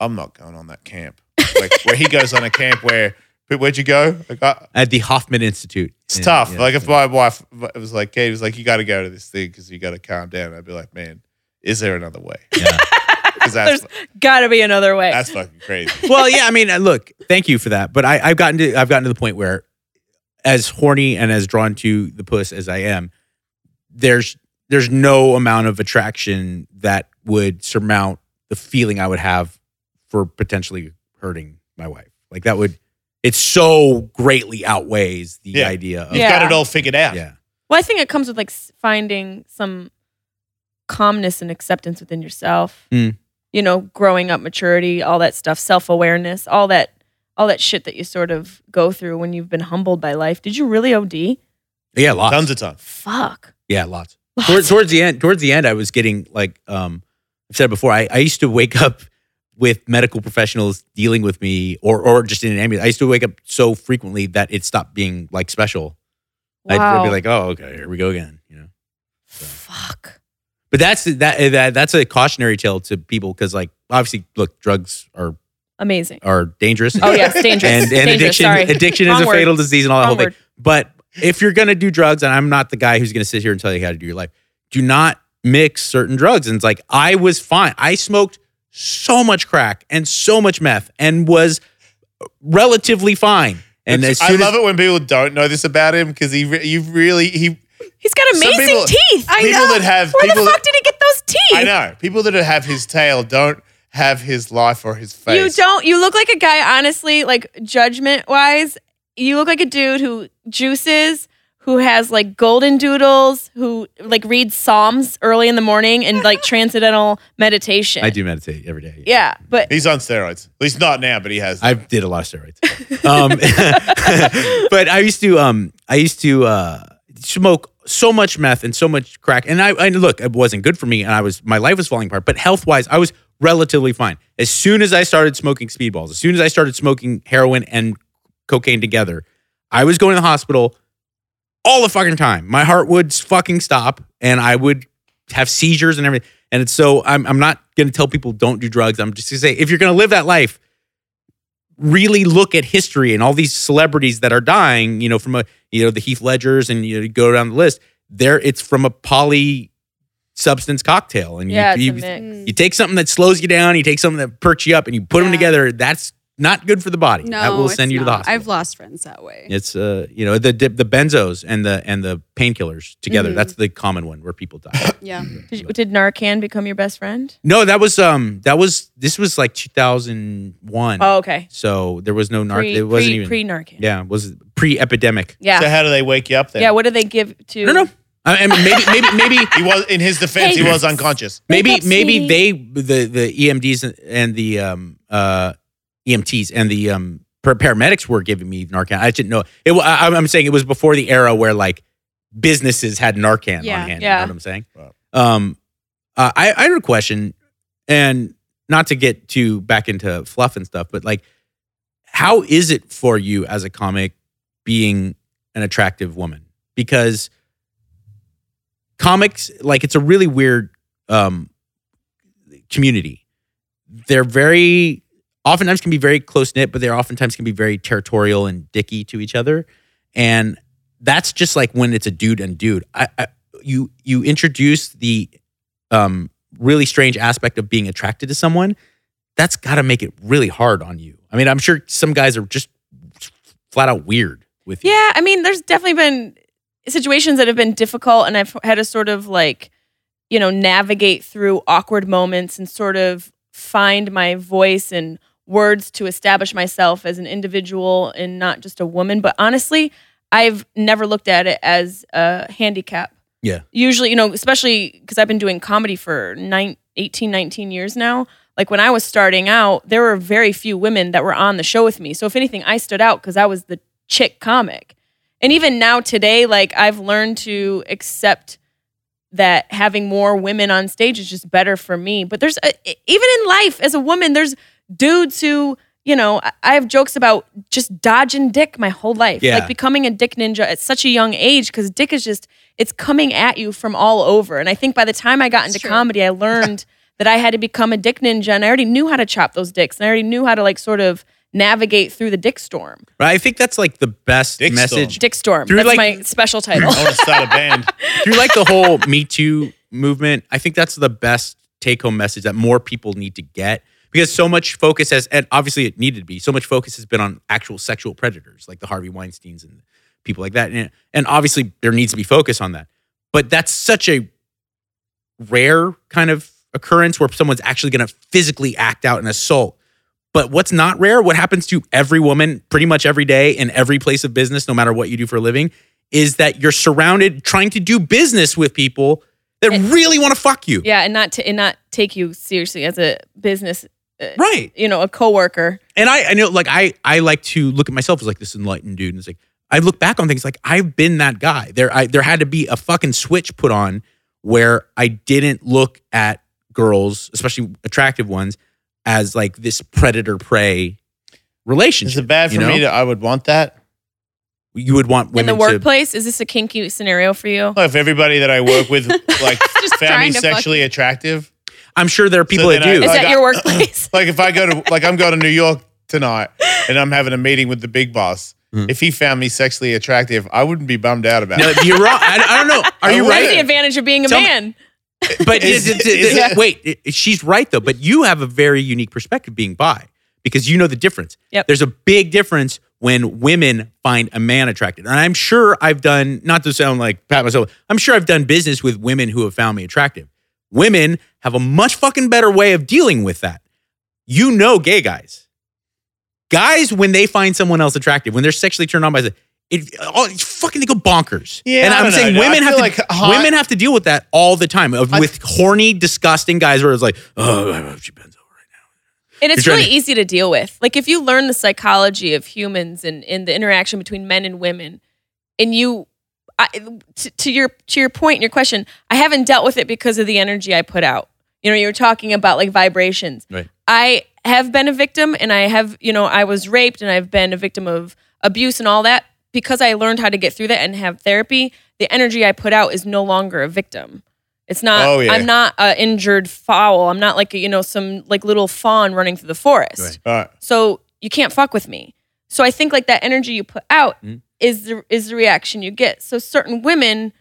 B: I'm not going on that camp. Like where he goes on a camp where, but where'd you go? Like, I,
A: At the Hoffman Institute.
B: it's tough. like if my wife was like, Kate was like, you got to go to this thing because you got to calm down. I'd be like, man, is there another way?
A: Yeah.
B: <laughs> 'Cause that's
C: Gotta be another way.
B: that's fucking crazy.
A: well, yeah. I mean, uh, look, thank you for that. But I, I've gotten to I've gotten to the point where, as horny and as drawn to the puss as I am, there's there's no amount of attraction that would surmount the feeling I would have for potentially hurting my wife. Like that would, it so greatly outweighs the
B: Yeah.
A: idea of
B: You've got it all figured out.
A: yeah.
C: Well, I think it comes with like s- finding some calmness and acceptance within yourself.
A: Mm.
C: You know, growing up, maturity, all that stuff, self awareness, all that, all that shit that you sort of go through when you've been humbled by life. Did you really OD?
A: Yeah, lots.
B: Tons of time.
C: Fuck.
A: Yeah, lots. towards,
C: <laughs>
A: towards the end, towards the end, I was getting like um, I've said before. I, I used to wake up with medical professionals dealing with me, or or just in an ambulance. I used to wake up so frequently that it stopped being like special. I'd, I'd
C: Wow.
A: be like, oh, okay, here we go again. You know.
C: fuck.
A: But that's that, that that's a cautionary tale to people because like obviously, look, drugs are
C: Amazing.
A: are dangerous.
C: Oh yes,
A: <laughs>
C: dangerous.
A: And, and
C: dangerous.
A: addiction,
C: Sorry.
A: addiction is
C: Wrong
A: a
C: word.
A: fatal disease and all that whole
C: Wrong
A: thing.
C: word.
A: But if you're gonna do drugs, and I'm not the guy who's gonna sit here and tell you how to do your life, do not mix certain drugs. And it's like I was fine. I smoked so much crack and so much meth and was relatively fine. And as
B: It's- I
A: soon
B: love
A: as,
B: it when people don't know this about him because he re- you really he
C: He's got
B: Some
C: amazing
B: people-
C: teeth. I
B: people that have
C: Where
B: people
C: the
B: that-
C: fuck did he get those teeth?
B: I know people that have his tail don't have his life or his face.
C: You don't. You look like a guy, honestly, like judgment wise. You look like a dude who juices, who has like golden doodles, who like reads Psalms early in the morning and
A: <laughs>
C: like transcendental meditation.
A: I do meditate every day.
C: Yeah, but
B: He's on steroids. At least not now, but he has.
A: I did a lot of steroids. Um, <laughs> but I used to um I used to uh smoke so much meth and so much crack. And I and look, it wasn't good for me and I was my life was falling apart, but health-wise I was relatively fine. As soon as I started smoking speedballs, as soon as I started smoking heroin and cocaine together, I was going to the hospital all the fucking time. My heart would fucking stop and I would have seizures and everything. And it's so I'm I'm not gonna tell people don't do drugs. I'm just gonna say if you're gonna live that life, really look at history and all these celebrities that are dying, you know, from a you know the Heath Ledgers and you, know, you go down the list. There, it's from a poly substance cocktail, and you-
C: yeah, it's
A: you,
C: a mix.
A: you take something that slows you down, you take something that perks you up, and you put them
D: Yeah.
A: together. That's not good for the body.
D: No,
A: that will
D: it's
A: send you to the
D: not.
A: hospital.
D: I've lost friends that way.
A: it's uh, you know, the dip- the benzos and the and the painkillers together.
D: Mhm.
A: That's the common one where people die.
D: Yeah.
C: Did, you- did Narcan become your best friend?
A: no, that was um, that was this was like 2001.
C: Oh, okay.
A: So there was no narc.
C: Pre,
A: it wasn't
C: pre,
A: even
C: pre-Narcan.
A: yeah, it was pre-epidemic.
C: Yeah.
B: So how do they wake you up then?
C: yeah. What do they give to?
A: No, no. I I mean, maybe, maybe,
C: <laughs>
A: maybe,
B: he was in his defense.
E: Hey.
B: he was unconscious.
A: maybe,
E: up,
A: maybe
E: sweetie.
A: they the the EMDs and the um uh EMTs and the um par- paramedics were giving me Narcan. I didn't know it. wa- I, I'm saying it was before the era where like businesses had Narcan
D: Yeah.
A: on hand. You
C: Yeah.
A: know what I'm saying?
B: Right.
A: Um, uh, I I had a question, and not to get too back into fluff and stuff, but like, how is it for you as a comic being an attractive woman? Because comics like it's a really weird um community they're very oftentimes can be very close knit but they're oftentimes can be very territorial and dicky to each other and that's just like when it's a dude and dude i, I you you introduce the um really strange aspect of being attracted to someone that's got to make it really hard on you. I mean, I'm sure some guys are just flat out weird with you.
C: Yeah, I mean, there's definitely been situations that have been difficult, and I've had to sort of like, you know, navigate through awkward moments and sort of find my voice and words to establish myself as an individual and not just a woman. But honestly, I've never looked at it as a handicap.
A: Yeah.
C: Usually, you know, especially because I've been doing comedy for nine, 18, 19 years now. Like when I was starting out, there were very few women that were on the show with me. So if anything, I stood out because I was the chick comic. And even now today, like I've learned to accept that having more women on stage is just better for me. But there's a, e, even in life as a woman, there's dudes who, you know, I- I have jokes about just dodging dick my whole life,
A: Yeah.
C: like becoming a dick ninja at such a young age because dick is just it's coming at you from all over. And I think by the time I got into
D: true.
C: comedy, I learned that I had to become a dick ninja and I already knew how to chop those dicks and I already knew how to like sort of navigate through the dick storm.
A: But I think that's like the best
B: Dick
A: message
C: Dick Storm.
A: Through,
C: That's
A: like-
C: my special title.
B: I want to start a band.
A: through like the whole Me Too movement. I think that's the best take home message that more people need to get because so much focus has, and obviously it needed to be, so much focus has been on actual sexual predators like the Harvey Weinsteins and people like that. And, and obviously there needs to be focus on that. But that's such a rare kind of occurrence where someone's actually going to physically act out an assault. But what's not rare, what happens to every woman pretty much every day in every place of business, no matter what you do for a living, is that you're surrounded trying to do business with people that really want to fuck you.
C: yeah, and not to and not take you seriously as a business,
A: Right.
C: you know, a coworker.
A: And I, I know, like, I, I like to look at myself as like this enlightened dude. And it's like, I look back on things like I've been that guy. There, I, there had to be a fucking switch put on where I didn't look at girls, especially attractive ones, as like this predator prey relationship.
B: Is it bad for
A: you know?
B: me that I would want that?
A: you would want
C: In
A: women
C: the
A: to
C: workplace, is this a kinky scenario for you?
B: Well, if everybody that I work with like found me
D: trying to fuck
B: sexually attractive,
A: I'm sure there are people
B: So
A: that
B: then
A: do.
B: I-
C: Is
B: like,
A: <coughs>
C: that your workplace?
B: like if I go to like I'm going to New York tonight and I'm having a meeting with the big boss,
A: Mhm.
B: if he found me sexually attractive, I wouldn't be bummed out about
A: no,
B: it.
A: you're wrong. I, I don't know. Are you
B: That's
A: right?
C: That's the advantage of being a
A: Tell me-
C: man.
A: But
B: Is-
A: it- it- it-
B: is that-
A: wait, it- it- she's right though. But you have a very unique perspective being bi because you know the difference.
C: Yep.
A: There's a big difference when women find a man attractive, and I'm sure I've done not to sound like pat myself. I'm sure I've done business with women who have found me attractive. Women have a much fucking better way of dealing with that. You know, gay guys. Guys, when they find someone else attractive, when they're sexually turned on by it, it oh, it's fucking they go bonkers.
B: Yeah,
A: and
B: I
A: I'm
B: don't
A: saying
B: know. I
A: women have
B: feel
A: to
B: like hot-
A: women have to deal with that all the time of,
B: I-
A: with horny, disgusting guys where it's like, oh, she bends over right
C: And it's
A: You're
C: really
A: trying to-
C: easy to deal with. Like if you learn the psychology of humans and in the interaction between men and women, and you, I, to, to your to your point and your question, I haven't dealt with it because of the energy I put out. You know, you were talking about like vibrations.
A: Right.
C: I have been a victim, and I have, you know, I was raped, and I've been a victim of abuse and all that. Because I learned how to get through that and have therapy, the energy I put out is no longer a victim. It's not.
B: Oh, yeah.
C: I'm not an injured fowl. I'm not like you know some like little fawn running through the forest.
A: Right.
B: All right.
C: So you can't fuck with me. So I think like that energy you put out
B: Mm-hmm.
A: Mhm.
C: is the is the reaction you get. So certain women,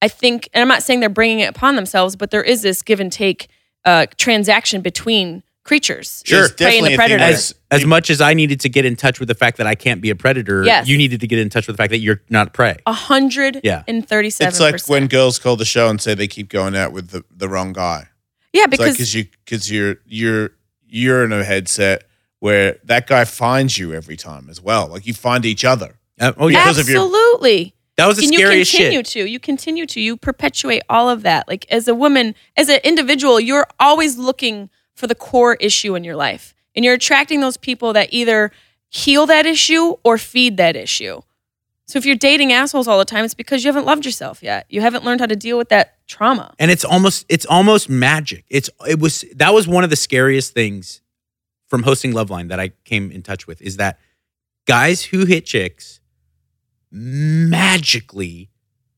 C: I think, and I'm not saying they're bringing it upon themselves, but there is this give and take uh, transaction between creatures.
A: Sure.
B: It's
C: Prey and
B: definitely
C: the
B: a thing
C: predator.
B: that-
A: As, as much as I needed to get in touch with the fact that I can't be a predator,
C: Yes.
A: you needed to get in touch with the fact that you're not prey.
C: A hundred
A: Yeah.
C: and thirty-seven.
B: It's like when girls call the show and say they keep going out with the, the wrong guy.
C: yeah,
B: It's
C: because
B: because you because you're you're you're in a headset where that guy finds you every time as well. Like you find each other.
A: Uh, oh, yeah.
B: because of your-
C: absolutely.
A: That was the
C: and you
A: scariest
C: continue
A: shit.
C: to you continue to you perpetuate all of that like as a woman as an individual you're always looking for the core issue in your life and you're attracting those people that either heal that issue or feed that issue so if you're dating assholes all the time it's because you haven't loved yourself yet you haven't learned how to deal with that trauma
A: and it's almost it's almost magic. It's it was that was one of the scariest things from hosting Loveline that I came in touch with is that guys who hit chicks magically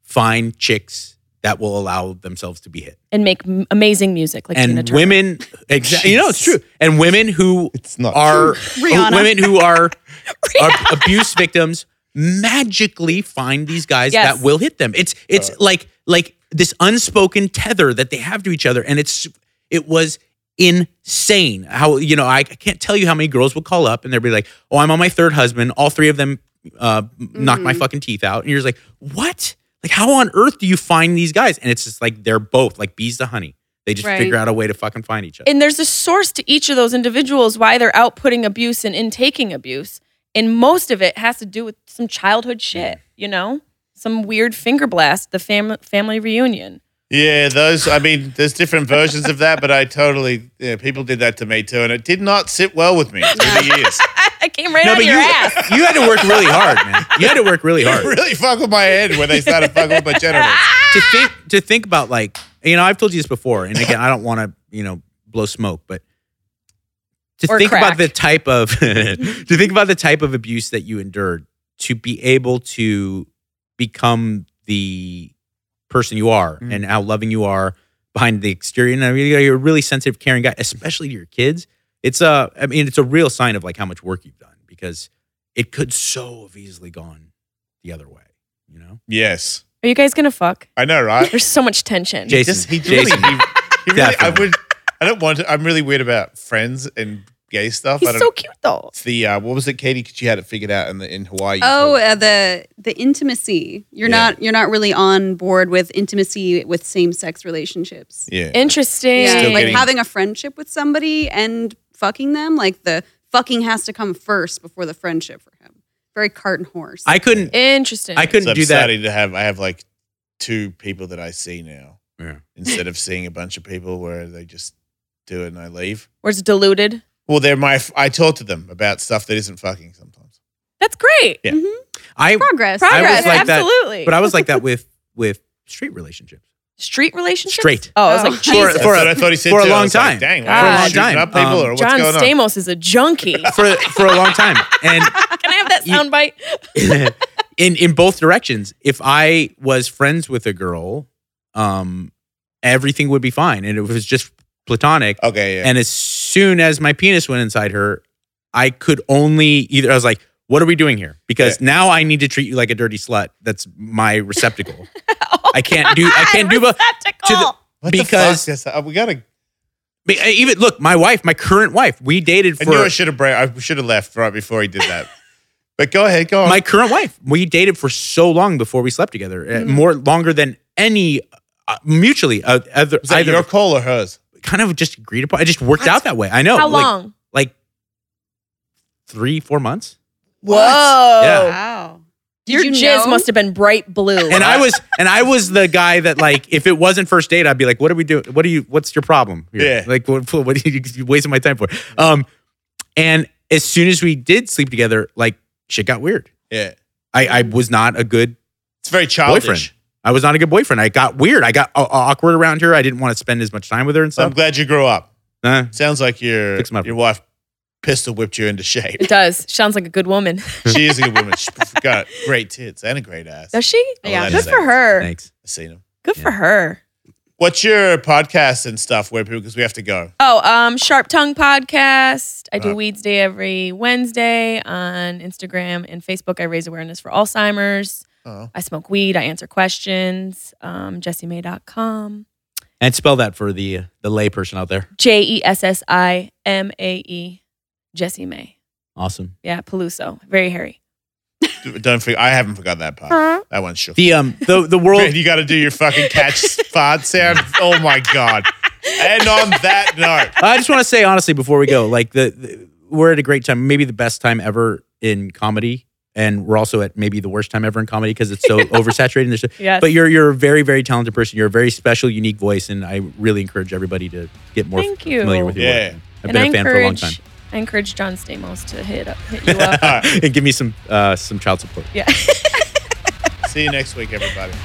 A: find chicks that will allow themselves to be hit.
C: and make m- amazing music like Tina
A: and
C: Turner.
A: women exactly you know it's true and women who
B: It's not
A: are
D: Rihanna.
A: women who are, are abuse victims magically find these guys
C: Yes.
A: that will hit them it's it's like like this unspoken tether that they have to each other and it's it was insane. How you know I can't tell you how many girls would call up and they'd be like, "Oh, I'm on my third husband. All three of them uh, knocked my fucking teeth out." And you're just like, "What? Like, how on earth do you find these guys?" And it's just like they're both like bees to honey. They just
C: Right.
A: figure out a way to fucking find each other.
C: and there's a source to each of those individuals why they're outputting abuse and intaking abuse and most of it has to do with some
A: Mm.
C: childhood shit you know some weird finger blast the fam- family reunion <laughs>
B: Yeah, those. I mean, there's different versions of that, but I totally. Yeah, people did that to me too, and it did not sit well with me through the
C: <laughs>
B: years.
C: i came right out of
A: you
C: your ass
A: you had to work really hard, man. You had to work really hard.
B: It really fucked with my head when they started fucking with my genitals.
A: to think to think about like you know I've told you this before, and again I don't want to you know blow smoke, but to
C: Or
A: think
C: crack.
A: about the type
C: <laughs>
A: of <laughs> to think about the type of abuse that you endured to be able to become the person you are
B: Mm.
A: and how loving you are behind the exterior. And I mean, you're a really sensitive, caring guy, especially to your kids. It's a, I mean, it's a real sign of like how much work you've done because it could so have easily gone the other way, you know.
B: Yes,
C: are you guys gonna fuck
B: I know, right?
C: there's so much tension
A: Jason,
B: Just he really,
A: Jason,
B: he, he really I
A: Definitely.
B: would. I don't want to. I'm really weird about friends and gay stuff. I
C: he's
B: don't,
C: so cute though
B: it's the uh, what was it, Katie? She had it figured out in the in Hawaii.
D: Oh, uh, the the intimacy. You're
B: Yeah.
D: not you're not really on board with intimacy with same sex relationships.
B: yeah.
C: interesting
D: Yeah,
B: Still
D: like
B: getting-
D: having a friendship with somebody and fucking them. Like the fucking has to come first before the friendship for him. Very cart and horse.
A: I couldn't.
C: interesting
A: I couldn't
B: so I'm
A: do that.
B: starting to have. I have like two people that I see now
A: Yeah.
B: instead of seeing a bunch of people where they just do it and I leave.
C: where it's diluted
B: Well, they're my. I talk to them about stuff that isn't fucking sometimes.
C: that's great
B: Yeah.
A: I
D: Mm-hmm. progress.
A: was
C: progress
A: like that,
C: absolutely
A: but I was like that with with straight relationships.
C: street relationships
A: Straight.
C: oh i was
D: Oh.
C: like
A: For-
C: Jesus.
B: That's what I thought he said
A: for a
B: too. I
A: long
B: was like,
A: time.
B: Dang,
C: For a long
B: shooting
A: time.
B: Up people
A: Um,
B: or what's
C: john
B: going on?
C: stamos is a
A: <laughs>
C: junkie can
A: For for a long time. And
C: i have that
A: You-
C: soundbite
A: <laughs> in in both directions, if I was friends with a girl, um everything would be fine and it was just platonic.
B: Okay, Oh, yeah.
A: And as soon as my penis went inside her, I could only either I was like what are we doing here? Because now I need to treat you like a dirty slut. That's my receptacle. I can't do. I
C: <laughs>
A: can't do both. To the,
B: What
A: because-
B: the fuck? That's- uh, we gotta.
A: But uh, even look, my wife, my current wife, we dated
B: I
A: for
B: knew I should have. Bra- I should have left right before he did that. but go ahead, go on.
A: my current wife. We dated for so long before we slept together, uh,
B: Mm-hmm.
A: more longer than any uh, mutually uh, other,
B: was that
A: either
B: your call or hers?
A: kind of just agreed upon. It just worked out that way. I know.
C: how
A: like-
C: long
A: Like, three, four months.
C: Whoa.
A: Yeah.
D: wow. Did
C: Your
D: you
C: jizz
D: know?
C: must have been bright blue.
A: And I was and I was the guy that like if it wasn't first date I'd be like what are we doing what are you what's your problem here?
B: Yeah.
A: like what <laughs> what are you, you wasting my time for um and as soon as we did sleep together like shit got weird
B: Yeah,
A: I I was not a good
B: it's very childish.
A: boyfriend. I was not a good boyfriend. I got weird. I got uh, awkward around her. I didn't want to spend as much time with her and
B: So I'm
A: stuff.
B: glad you grew up.
A: Nah.
B: Sounds like your
A: Fix 'em up.
B: your wife pistol whipped you into
C: <laughs>
B: shape.
C: it does. Sounds like a good woman.
B: she is a good woman. She's got great tits and a great ass.
C: <laughs> Does she?
B: Oh,
D: Yeah.
B: that
C: Good
B: is
C: for
B: nice.
C: her.
A: Thanks.
B: I've seen 'em.
C: Good for her.
B: What's your podcast and stuff where people because we have to go.
C: Oh, um, Sharp Tongue Podcast. I do
A: Uh-huh.
B: Right.
C: Weeds Day every Wednesday on Instagram and Facebook. I raise awareness for Alzheimer's.
B: Oh.
C: I smoke weed. I answer questions. Um, JessieMay.com.
A: And spell that for the uh, the layperson out there.
C: J E S S I M A E. Jessie May.
A: Awesome.
C: Yeah, Peluso. Very hairy.
B: Don't forget. I haven't forgotten that part. That one's shook.
A: The
C: <laughs>
A: um the the world.
B: Man, you got to do your fucking catch fart sound. Oh my god! And on that note,
A: I just want to say honestly before we go, like the, the we're at a great time, maybe the best time ever in comedy, and we're also at maybe the worst time ever in comedy because
C: <laughs>
A: it's so oversaturated. and There's so-
C: Yes.
A: But you're you're a very very talented person. You're a very special, unique voice, and I really encourage everybody to get more
C: Thank you.
A: familiar with your
B: Yeah.
A: work. I've been a fan for a long time.
C: I encourage John Stamos to hit up, hit
A: <laughs>
C: you up.
A: and give me some uh, some child support.
C: yeah.
B: see you next week, everybody.